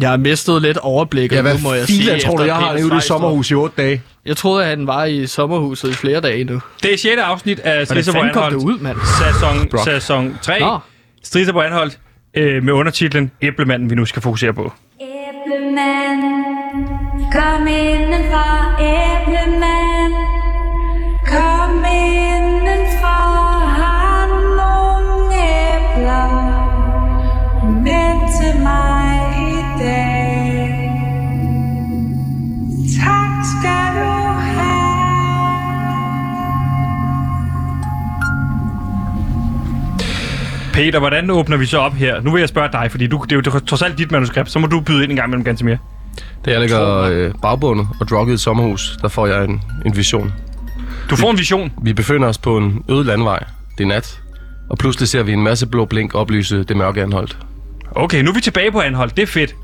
Speaker 2: Jeg har mistet lidt overblikket,
Speaker 6: Ja, hvad
Speaker 2: nu må jeg
Speaker 6: filen
Speaker 2: sige.
Speaker 6: tror du,
Speaker 2: efter
Speaker 6: jeg har
Speaker 2: Peter
Speaker 6: ude i
Speaker 2: Svejstrup.
Speaker 6: sommerhus i 8 dage?
Speaker 2: Jeg troede, at han var i sommerhuset i flere dage nu.
Speaker 1: Det er 6. afsnit af
Speaker 2: Hvordan
Speaker 1: Strisserborg
Speaker 2: fanden kom det
Speaker 1: Anholdt.
Speaker 2: ud, mand?
Speaker 1: sæson,
Speaker 6: Brock.
Speaker 1: sæson 3.
Speaker 2: Nå.
Speaker 1: Striser på anholdt øh, med undertitlen Æblemanden, vi nu skal fokusere på.
Speaker 7: Æblemand, kom indenfor, æblemand, kom indenfor, har du nogle æbler med til mig i dag? Tak skal du have.
Speaker 1: Peter, hvordan åbner vi så op her? Nu vil jeg spørge dig, fordi du, det er jo trods alt dit manuskript, så må du byde ind en gang imellem ganske mere.
Speaker 5: Da jeg ligger øh, bagbundet og drukket i et sommerhus, der får jeg en, en vision.
Speaker 1: Du får en vision.
Speaker 5: Vi befinder os på en øde landvej. Det er nat. Og pludselig ser vi en masse blå blink oplyse det mørke anholdt.
Speaker 1: Okay, nu er vi tilbage på anholdt. Det er fedt.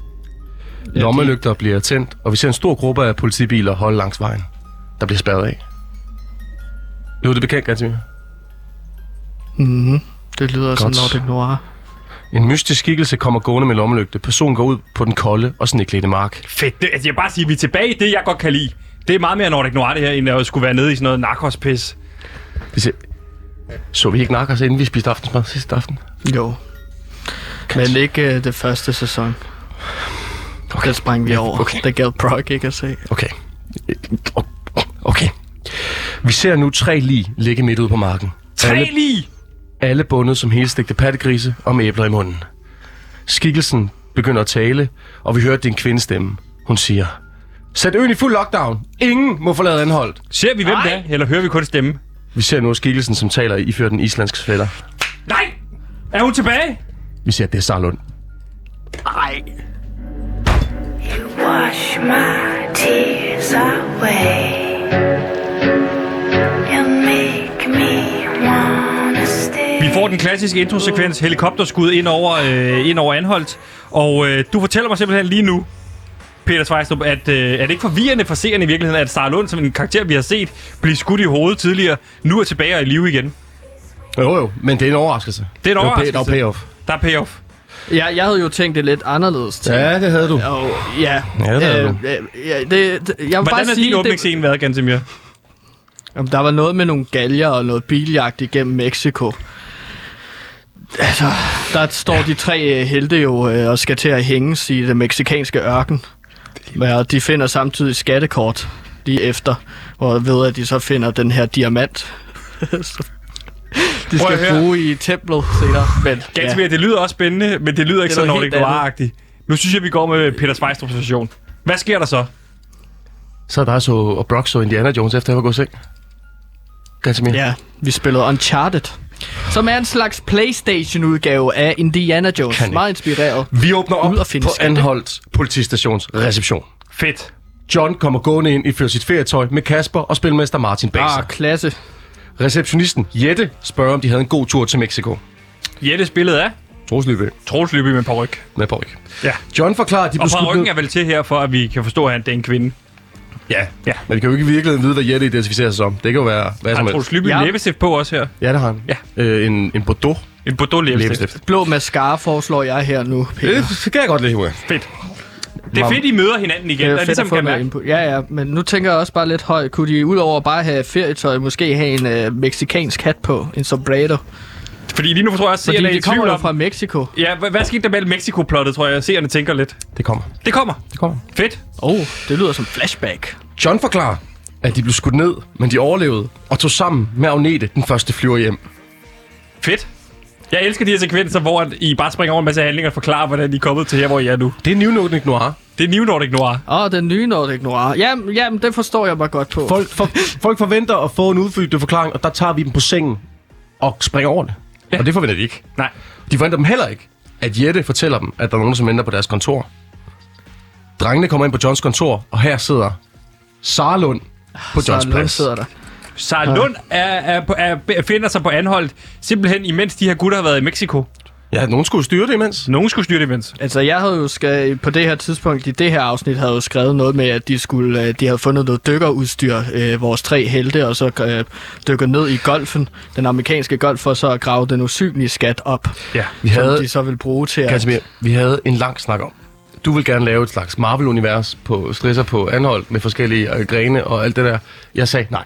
Speaker 5: Lommelygter bliver tændt, og vi ser en stor gruppe af politibiler holde langs vejen. Der bliver spærret af. Lyder det bekendt, Gansimir?
Speaker 2: Mm-hmm. Det lyder som
Speaker 5: Godt.
Speaker 2: Nordic Noir.
Speaker 5: En mystisk skikkelse kommer gående med lommelygte. Personen går ud på den kolde og sneklædte mark.
Speaker 1: Fedt. Det, altså, jeg vil bare sige, vi er tilbage i det, jeg godt kan lide. Det er meget mere Nordic Noir, det her, end at skulle være nede i sådan noget narkospis.
Speaker 5: Vi ser... Så vi ikke nakker os, inden vi spiste aftensmad sidste aften?
Speaker 2: Jo. Men ikke uh, det første sæson. Okay. Den sprang vi over.
Speaker 5: okay.
Speaker 2: Det gad Brock ikke at se.
Speaker 5: Okay. Okay. Vi ser nu tre lig ligge midt ude på marken.
Speaker 1: Tre
Speaker 5: Alle-
Speaker 1: lige!
Speaker 5: alle bundet som helstegte pattegrise og med æbler i munden. Skikkelsen begynder at tale, og vi hører, at det er en kvindestemme. Hun siger, Sæt øen i fuld lockdown. Ingen må forlade anholdt.
Speaker 1: Ser vi, hvem det er, eller hører vi kun stemme?
Speaker 5: Vi ser nu skikkelsen, som taler i før den islandske fætter.
Speaker 1: Nej! Er hun tilbage?
Speaker 5: Vi ser, at det er Sarlund.
Speaker 4: Wash my tears away. You make me wanna stay.
Speaker 1: Vi får den klassiske introsekvens, helikopterskud ind over, øh, ind over Anholdt. Og øh, du fortæller mig simpelthen lige nu, Peter Svejstrup, at øh, er det ikke forvirrende for seerne i virkeligheden, at Sara Lund, som en karakter, vi har set, blive skudt i hovedet tidligere, nu er tilbage og i live igen?
Speaker 5: Jo jo, men det er en overraskelse.
Speaker 1: Det er en
Speaker 5: pay-
Speaker 1: overraskelse.
Speaker 5: Der er payoff.
Speaker 1: Der er payoff.
Speaker 2: Jeg, jeg havde jo tænkt det lidt anderledes til.
Speaker 5: Ja, det havde du.
Speaker 2: Og, ja.
Speaker 5: Ja, det havde
Speaker 2: øh, øh, ja, det, det, jeg vil bare
Speaker 1: Hvordan har
Speaker 2: sige,
Speaker 1: din
Speaker 2: det-
Speaker 1: åbningsscene været, Gansimir?
Speaker 2: Jamen, der var noget med nogle galger og noget biljagt igennem Mexico. Altså, der står de tre øh, helte jo øh, og skal til at hænges i den meksikanske ørken. Og de finder samtidig skattekort lige efter, hvor ved at de så finder den her diamant. som de
Speaker 1: Prøv at
Speaker 2: skal
Speaker 1: høre.
Speaker 2: bruge i templet senere. Men,
Speaker 1: Gansimir, det lyder også spændende, men det lyder ikke
Speaker 2: Det er
Speaker 1: så
Speaker 2: noget
Speaker 1: Nordic
Speaker 2: helt
Speaker 1: Noir-agtigt. Nu synes jeg, vi går med Peter Svejstrups version. Hvad sker der så?
Speaker 5: Så er der så og Brock så Indiana Jones, efter jeg var gået i seng. Ganske mere.
Speaker 2: Ja, vi spillede Uncharted, som er en slags Playstation-udgave af Indiana Jones.
Speaker 5: Kan ikke.
Speaker 2: Meget inspireret.
Speaker 5: Vi åbner op
Speaker 2: Ud at finde
Speaker 5: på
Speaker 2: skatte.
Speaker 5: Anholdt politistations reception.
Speaker 1: Fedt.
Speaker 5: John kommer gående ind i fører sit ferietøj med Kasper og spilmester Martin bag sig.
Speaker 2: Ah, klasse.
Speaker 5: Receptionisten Jette spørger, om de havde en god tur til Mexico.
Speaker 1: Jettes billede er
Speaker 5: Troels Lybe
Speaker 1: Troels Lyby med paryk.
Speaker 5: med på ikke.
Speaker 1: Ja.
Speaker 5: John forklarer, at de
Speaker 1: Og
Speaker 5: blev skudt
Speaker 1: parykken
Speaker 5: ned.
Speaker 1: er vel til her, for at vi kan forstå, at det er en kvinde.
Speaker 5: Ja.
Speaker 1: Ja.
Speaker 5: ja. Men vi kan jo ikke i virkeligheden vide, hvad Jette identificerer sig som. Det kan jo være hvad
Speaker 1: Har
Speaker 5: som helst.
Speaker 1: Troels Lyby
Speaker 2: Altså, Ja.
Speaker 1: ja. læbestift på også her?
Speaker 5: Ja, det har han.
Speaker 1: Ja.
Speaker 5: Øh, en, en Bordeaux
Speaker 1: En Bordeaux læbestift.
Speaker 5: læbestift.
Speaker 2: Blå mascara foreslår jeg her nu, Peter.
Speaker 5: Det, det kan jeg godt lide, Hugo.
Speaker 1: Fedt. Det er fedt, I møder hinanden igen. Det er
Speaker 2: fedt
Speaker 1: ligesom
Speaker 2: at få
Speaker 1: kan
Speaker 2: noget
Speaker 1: mærke.
Speaker 2: input. Ja, ja, men nu tænker jeg også bare lidt højt. Kunne de udover bare at have ferietøj, måske have en øh, meksikansk hat på? En sombrero?
Speaker 1: Fordi lige nu tror jeg, at
Speaker 2: Fordi
Speaker 1: seerne er i
Speaker 2: de kommer
Speaker 1: tvivl
Speaker 2: jo
Speaker 1: om...
Speaker 2: fra Mexico.
Speaker 1: Ja, hvad, hvad skete der mellem Mexico-plottet, tror jeg? Seerne tænker lidt.
Speaker 5: Det kommer.
Speaker 1: Det kommer.
Speaker 5: Det kommer.
Speaker 1: Fedt.
Speaker 2: Oh, det lyder som flashback.
Speaker 5: John forklarer, at de blev skudt ned, men de overlevede og tog sammen med Agnete den første flyver hjem.
Speaker 1: Fedt. Jeg elsker de her sekvenser, hvor at I bare springer over en masse handlinger og forklarer, hvordan I er kommet til her, hvor I er nu.
Speaker 5: Det er New Nordic Noir.
Speaker 1: Det er New Nordic Noir.
Speaker 2: Åh, den nye Nordic Noir. Jamen, jamen, det forstår jeg mig godt på.
Speaker 5: Folk, for, folk forventer at få en udfyldte forklaring, og der tager vi dem på sengen og springer over det. Ja. Og det forventer de ikke.
Speaker 1: Nej.
Speaker 5: De forventer dem heller ikke, at Jette fortæller dem, at der er nogen, som venter på deres kontor. Drengene kommer ind på Johns kontor, og her sidder Sarlund på
Speaker 2: Så
Speaker 5: Johns
Speaker 2: nu
Speaker 5: plads.
Speaker 2: Ah, sidder der.
Speaker 1: Sarah Lund er, er, på- er, finder sig på anholdt, simpelthen imens de her gutter har været i Mexico.
Speaker 5: Ja, nogen skulle styre det imens.
Speaker 1: Nogen skulle styre det imens.
Speaker 2: Altså, jeg havde jo skrevet, på det her tidspunkt i det her afsnit, havde jeg jo skrevet noget med, at de, skulle, øh, de havde fundet noget dykkerudstyr, øh, vores tre helte, og så øh, dykket ned i golfen, den amerikanske golf, for så at grave den usynlige skat op,
Speaker 1: Ja.
Speaker 5: Vi
Speaker 2: som
Speaker 5: havde,
Speaker 2: de så ville bruge til at...
Speaker 5: Kasimir, vi havde en lang snak om. Du vil gerne lave et slags Marvel-univers på stresser på anhold med forskellige øh, grene og alt det der. Jeg sagde nej.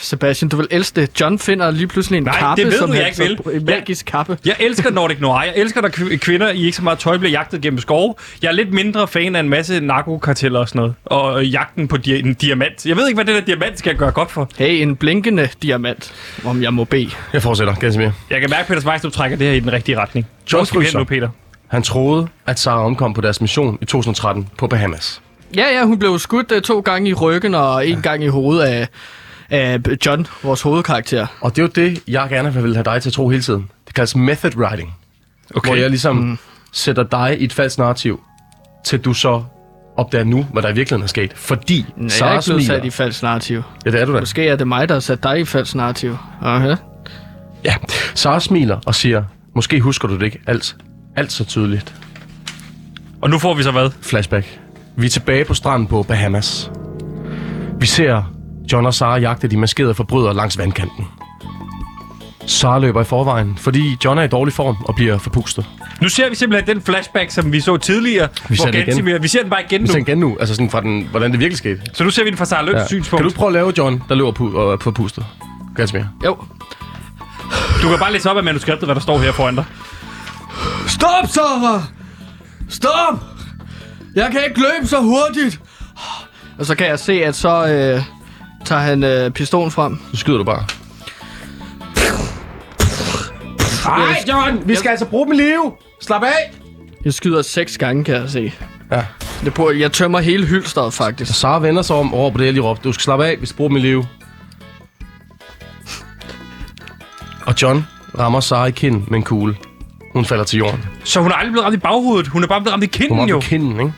Speaker 2: Sebastian, du vil elske det. John finder lige pludselig en
Speaker 1: Nej,
Speaker 2: kappe,
Speaker 1: det ved
Speaker 2: som
Speaker 1: du, jeg
Speaker 2: han
Speaker 1: ikke
Speaker 2: så-
Speaker 1: vil.
Speaker 2: en magisk kappe.
Speaker 1: Jeg elsker Nordic Noir. Jeg elsker, når kv- kvinder i ikke så meget tøj bliver jagtet gennem skove. Jeg er lidt mindre fan af en masse narkokarteller og sådan noget. Og øh, jagten på di- en diamant. Jeg ved ikke, hvad den der diamant skal gøre godt for.
Speaker 2: Hey, en blinkende diamant, om jeg må bede.
Speaker 5: Jeg fortsætter, Kasimir.
Speaker 1: Jeg kan mærke, at Peter Svejstrup trækker det her i den rigtige retning. Hvor skal vi hen
Speaker 5: Krydser.
Speaker 1: nu, Peter?
Speaker 5: Han troede, at Sara omkom på deres mission i 2013 på Bahamas.
Speaker 2: Ja, ja, hun blev skudt uh, to gange i ryggen og en gang i hovedet af, af John, vores hovedkarakter.
Speaker 5: Og det er jo det, jeg gerne vil have dig til at tro hele tiden. Det kaldes method writing. Okay. Hvor jeg ligesom mm. sætter dig i et falsk narrativ, til du så opdager nu, hvad der i virkeligheden er sket. Fordi
Speaker 2: Nej, jeg er
Speaker 5: Sara
Speaker 2: ikke blevet sat
Speaker 5: smiler.
Speaker 2: i falsk narrativ.
Speaker 5: Ja, det er du da.
Speaker 2: Måske er det mig, der har sat dig i falsk narrativ. Okay.
Speaker 5: Ja. Sara smiler og siger, måske husker du det ikke alt, alt så tydeligt.
Speaker 1: Og nu får vi så hvad?
Speaker 5: Flashback. Vi er tilbage på stranden på Bahamas. Vi ser John og Sara jagte de maskerede forbrydere langs vandkanten. Sara løber i forvejen, fordi John er i dårlig form og bliver forpustet.
Speaker 1: Nu ser vi simpelthen den flashback, som vi så tidligere. Vi
Speaker 5: ser den igen.
Speaker 1: Gensimir, vi ser den bare igen
Speaker 5: Vi
Speaker 1: nu.
Speaker 5: ser igen nu, altså sådan fra den, hvordan det virkelig skete.
Speaker 1: Så nu ser vi den fra Sarah Løns ja. synspunkt.
Speaker 5: Kan du ikke prøve at lave John, der løber pu- og er forpustet? Ganske mere.
Speaker 2: Jo.
Speaker 1: Du kan bare læse op af manuskriptet, hvad der står her foran dig.
Speaker 2: Stop, Sarah! Stop! Jeg kan ikke løbe så hurtigt! Og så kan jeg se, at så øh, tager han øh, pistolen frem.
Speaker 5: Så skyder du bare.
Speaker 6: Nej, John, vi skal altså bruge dem i live. Slap af.
Speaker 2: Jeg skyder seks gange, kan jeg se.
Speaker 5: Ja.
Speaker 2: Det burde, jeg tømmer hele hylsteret, faktisk.
Speaker 5: Sara vender sig om og råber det, jeg lige råbte. Du skal slappe af, vi skal bruge mit liv. Og John rammer Sara i kinden med en kugle. Hun falder til jorden.
Speaker 1: Så hun er aldrig blevet ramt i baghovedet. Hun er bare blevet ramt i
Speaker 5: Hun
Speaker 1: kinden,
Speaker 5: rammer
Speaker 1: jo.
Speaker 5: i kinden, ikke?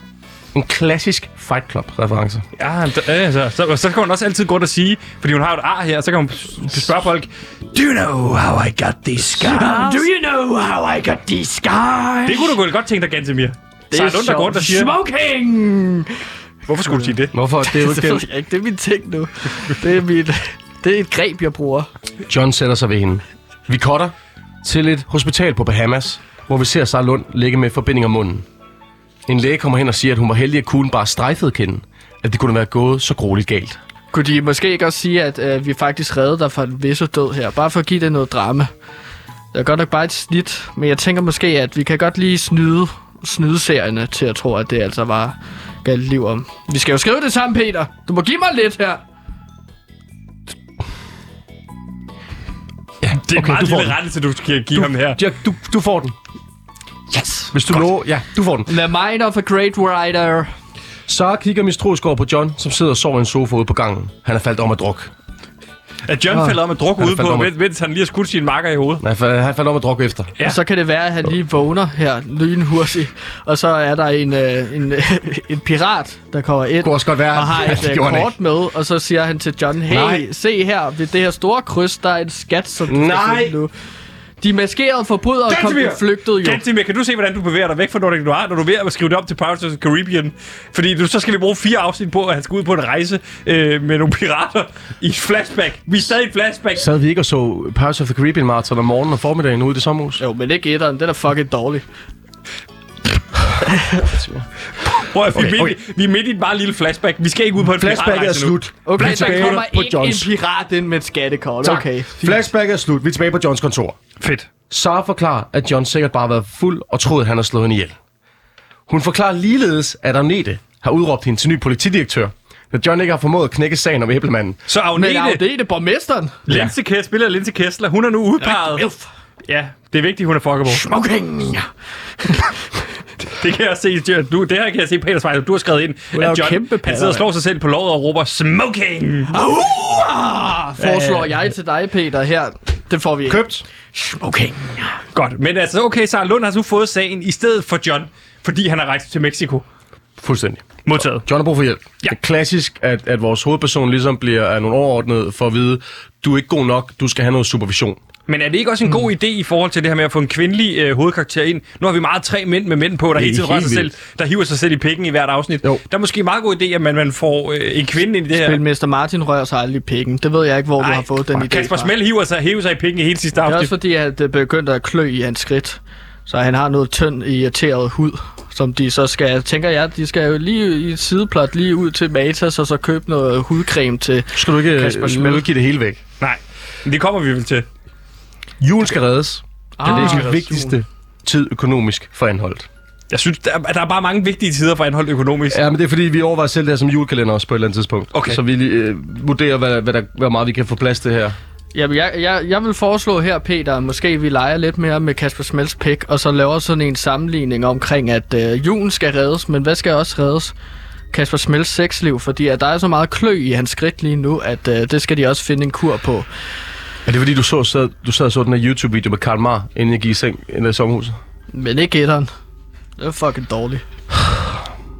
Speaker 5: En klassisk Fight Club-reference.
Speaker 1: Ja, d- øh, så, så, så kan hun også altid gå rundt og sige, fordi hun har jo et ar her, så kan hun s- spørge folk, Do you know how I got these scars?
Speaker 2: you know how I got these scars?
Speaker 1: Det kunne du vel godt tænke dig, Gansimir. Det er Lund, der går rundt og siger,
Speaker 2: Smoking!
Speaker 1: hvorfor skulle du sige det?
Speaker 5: Hvorfor? Det er jo
Speaker 2: Det,
Speaker 5: ikke
Speaker 2: ved
Speaker 5: det.
Speaker 2: jeg ikke. det er min ting nu. Det er, mit, det er et greb, jeg bruger.
Speaker 5: John sætter sig ved hende. Vi cutter til et hospital på Bahamas, hvor vi ser Sara Lund ligge med forbinding om munden. En læge kommer hen og siger, at hun var heldig, at kuglen bare strejfede kinden. At det kunne være gået så grueligt galt.
Speaker 2: Kunne de måske ikke også sige, at øh, vi faktisk redder dig fra en visse død her? Bare for at give det noget drama. Det er godt nok bare et snit, men jeg tænker måske, at vi kan godt lige snyde, snyde serierne til at tro, at det altså var galt liv om. Vi skal jo skrive det sammen, Peter. Du må give mig lidt her.
Speaker 5: Ja,
Speaker 1: Det er okay, meget
Speaker 5: du får
Speaker 1: lille
Speaker 5: den.
Speaker 1: rettelse, du skal give ham her.
Speaker 5: Ja, du, du får den.
Speaker 2: Yes.
Speaker 5: Hvis du lover, ja, du får den.
Speaker 2: The mind of a great writer.
Speaker 5: Så kigger mistroisk over på John, som sidder og sover i en sofa ude på gangen. Han er faldet om af druk.
Speaker 1: At John falder om at drukke
Speaker 5: Han
Speaker 1: ude
Speaker 5: faldt
Speaker 1: på,
Speaker 5: om.
Speaker 1: mens- mens han lige har skudt sin marker i hovedet.
Speaker 5: Nej, fa- han faldt om af druk efter.
Speaker 1: Ja.
Speaker 2: Ja. Og så kan det være, at han lige vågner her lynhurtigt, og så er der en, øh, en, øh, en pirat, der kommer ind
Speaker 5: kunne også godt være,
Speaker 2: og har
Speaker 5: at
Speaker 2: et
Speaker 5: det
Speaker 2: øh,
Speaker 5: gjorde han
Speaker 2: kort med, og så siger han til John, hey,
Speaker 5: Nej.
Speaker 2: Nej. se her, ved det her store kryds, der er en skat, som du
Speaker 5: Nej.
Speaker 2: skal finde nu. De maskerede forbrydere kom
Speaker 6: Gantemir!
Speaker 2: flygtede jo.
Speaker 1: Gansimir, kan du se, hvordan du bevæger dig væk fra Nordic Noir, når du er ved at skrive det op til Pirates of the Caribbean? Fordi nu, så skal vi bruge fire afsnit på, at han skal ud på en rejse øh, med nogle pirater i et flashback. Vi er stadig i et flashback.
Speaker 5: Sad vi ikke og så Pirates of the Caribbean Marathon om morgenen og formiddagen ude i det sommerhus?
Speaker 2: Jo, men ikke etteren, den er fucking dårlig.
Speaker 1: Prøv at, vi, okay,
Speaker 5: Okay,
Speaker 1: midt, okay. vi er midt i et meget lille flashback. Vi skal ikke ud på en
Speaker 6: Flashbacket er
Speaker 1: piratrejse nu.
Speaker 6: slut.
Speaker 2: Okay,
Speaker 6: Vi er
Speaker 2: der
Speaker 6: tilbage
Speaker 2: kommer
Speaker 6: på
Speaker 2: ikke
Speaker 6: Johns.
Speaker 2: en pirat ind med et skattekort,
Speaker 5: Tak.
Speaker 2: okay.
Speaker 6: Flashback er slut.
Speaker 5: Vi er tilbage på Johns kontor.
Speaker 1: Fedt.
Speaker 5: Sara forklarer, at John sikkert bare har været fuld og troede, at han har slået hende ihjel. Hun forklarer ligeledes, at Agnete har udråbt hende til ny politidirektør, da John ikke har formået at knække sagen om æblemanden.
Speaker 1: Så
Speaker 2: Men
Speaker 1: Agnete,
Speaker 2: Agnete, borgmesteren,
Speaker 1: Linse Kessler, spiller Linse Kessler, hun er nu udpeget
Speaker 2: Øf.
Speaker 1: Ja, det er vigtigt, hun er fuckable.
Speaker 2: Smoking!
Speaker 1: Det kan jeg også se, Jørgen. du, det her kan jeg se, Peter Svejl, du har skrevet ind,
Speaker 2: er
Speaker 1: at
Speaker 2: jo
Speaker 1: John,
Speaker 2: kæmpe
Speaker 1: han
Speaker 2: patter,
Speaker 1: sidder og slår sig selv på låret og råber, smoking!
Speaker 2: Ahua! Ah, Foreslår jeg til dig, Peter, her. Det får vi ikke.
Speaker 6: Købt.
Speaker 2: Smoking!
Speaker 1: Godt, men altså, okay, Sarah Lund har nu fået sagen i stedet for John, fordi han har rejst til Mexico.
Speaker 5: Fuldstændig.
Speaker 1: Modtaget.
Speaker 5: John har brug for hjælp.
Speaker 1: Ja.
Speaker 5: Ja. Det er klassisk, at, at vores hovedperson ligesom bliver af nogle overordnede for at vide, du er ikke god nok, du skal have noget supervision.
Speaker 1: Men er det ikke også en
Speaker 2: Hmm.
Speaker 1: god idé i forhold til det her med at få en kvindelig øh, hovedkarakter ind? Nu har vi meget tre mænd med mænd på, der hele tiden
Speaker 5: helt
Speaker 1: rører sig selv,
Speaker 5: vildt.
Speaker 1: der hiver sig selv i pikken i hvert afsnit.
Speaker 5: Jo.
Speaker 1: Der er måske en meget god idé, at man, man får øh, en kvinde ind i det her.
Speaker 2: Men Mr. Martin rører sig aldrig i pikken. Det ved jeg ikke, hvor Ej, du har fået den idé
Speaker 1: Kasper
Speaker 2: fra.
Speaker 1: Smell hiver sig, hiver sig i pikken i hele sidste
Speaker 2: Det er
Speaker 1: afsnit.
Speaker 2: også fordi, at det begyndte at klø i hans skridt. Så han har noget tynd, irriteret hud, som de så skal... Tænker jeg, de skal jo lige i et sideplot lige ud til Matas og så købe noget hudcreme til...
Speaker 5: Skal du ikke,
Speaker 2: Kasper
Speaker 5: øh,
Speaker 2: Schmidt.
Speaker 5: du ikke give det hele væk?
Speaker 1: Nej, men det kommer vi vel til.
Speaker 5: Julen skal reddes. Ah, det er den
Speaker 2: Ah,
Speaker 5: vigtigste tid økonomisk for anholdt.
Speaker 1: Jeg synes, der, der er bare mange vigtige tider for anholdt økonomisk.
Speaker 5: Ja, men det er fordi, vi overvejer selv det her som julekalender også på et eller andet tidspunkt.
Speaker 1: Okay.
Speaker 5: Så vi lige, øh, vurderer, hvad, hvad der, hvor meget vi kan få plads til her.
Speaker 2: Jamen, jeg, jeg, jeg vil foreslå her, Peter, at måske vi leger lidt mere med Kasper Smels pik, og så laver sådan en sammenligning omkring, at øh, julen skal reddes, men hvad skal også reddes? Kasper Smels sexliv, fordi at der er så meget klø i hans skridt lige nu, at øh, det skal de også finde en kur på.
Speaker 5: Er det fordi, du så, sad, du sad og så den her YouTube-video med Karl Marr, inden jeg gik i seng inden i sommerhuset?
Speaker 2: Men ikke etteren. Det er fucking dårligt.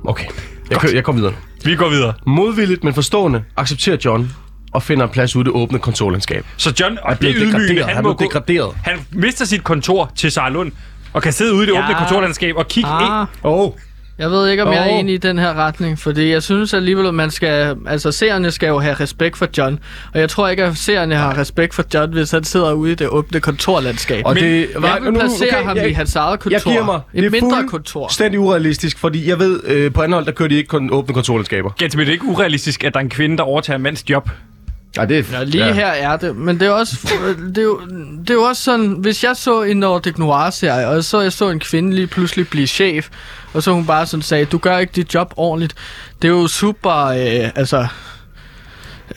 Speaker 5: Okay, jeg, kø, jeg går videre.
Speaker 1: Vi går videre.
Speaker 5: Modvilligt, men forstående, accepterer John og finder en plads ude i det åbne kontorlandskab.
Speaker 1: Så John, og det
Speaker 5: blev
Speaker 1: er ydmygende,
Speaker 5: degraderet.
Speaker 1: han,
Speaker 5: Han
Speaker 1: må
Speaker 5: blev
Speaker 1: gå-
Speaker 5: degraderet.
Speaker 1: Han mister sit kontor til Sarah Lund, og kan sidde ude i det ja.
Speaker 2: Ja.
Speaker 1: åbne kontorlandskab og kigge ah. ind.
Speaker 5: Oh.
Speaker 2: Jeg ved ikke, om oh. jeg er
Speaker 5: Åh.
Speaker 2: enig i den her retning, fordi jeg synes alligevel, at man skal... Altså, seerne skal jo have respekt for John, og jeg tror ikke, at seerne har respekt for John, hvis han sidder ude i det åbne kontorlandskab.
Speaker 5: Og
Speaker 2: Men
Speaker 5: det,
Speaker 2: jeg vil placere ham i hans eget kontor.
Speaker 5: Jeg giver mig.
Speaker 2: Et
Speaker 5: Det er
Speaker 2: mindre kontor.
Speaker 5: Stændig urealistisk, fordi jeg ved, øh, på Anhold, der kører de ikke kun åbne kontorlandskaber.
Speaker 1: Gatsby, det er ikke urealistisk, at der er en kvinde, der overtager en mands job.
Speaker 5: Nej, det er...
Speaker 2: Ja, lige ja. her er det, men det er, også, det, er jo, det er jo også sådan, hvis jeg så en Nordic Noir-serie, og så jeg så en kvinde lige pludselig blive chef, og så hun bare sådan sagde, du gør ikke dit job ordentligt, det er jo super, øh, altså,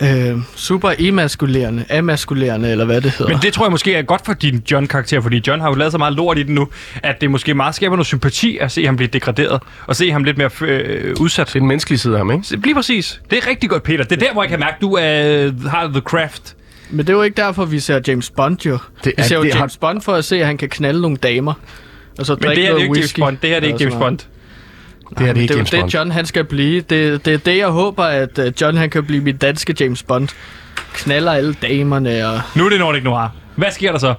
Speaker 2: øh, super emaskulerende, amaskulerende, eller hvad det hedder.
Speaker 1: Men det tror jeg måske er godt for din John-karakter, fordi John har jo lavet så meget lort i den nu, at det måske meget skaber noget sympati at se ham blive degraderet, og se ham lidt mere øh, udsat.
Speaker 5: Det er den menneskelige side af ham, ikke?
Speaker 1: Så Lige præcis. Det er rigtig godt, Peter. Det er der, hvor jeg kan mærke, du øh, har the craft.
Speaker 2: Men det er jo ikke derfor, vi ser James Bond jo. Det
Speaker 5: Det
Speaker 2: er,
Speaker 5: er-
Speaker 2: vi ser jo
Speaker 5: det har-
Speaker 2: James Bond for at se, at han kan knalde nogle damer. Og så
Speaker 1: Men
Speaker 2: drikke
Speaker 1: det her det er
Speaker 2: noget
Speaker 1: jo ikke James
Speaker 2: whisky.
Speaker 1: Bond. Det her det er ikke
Speaker 2: Eller
Speaker 1: James
Speaker 2: sådan noget.
Speaker 1: Bond.
Speaker 5: Det her det er
Speaker 2: Det
Speaker 5: ikke
Speaker 2: er jo
Speaker 5: James Bond.
Speaker 2: det, John han skal blive. Det, det er det, jeg håber, at øh, John han kan blive mit danske James Bond. Knaller alle damerne, og
Speaker 1: Nu er det Nordic Noir. Hvad sker der så?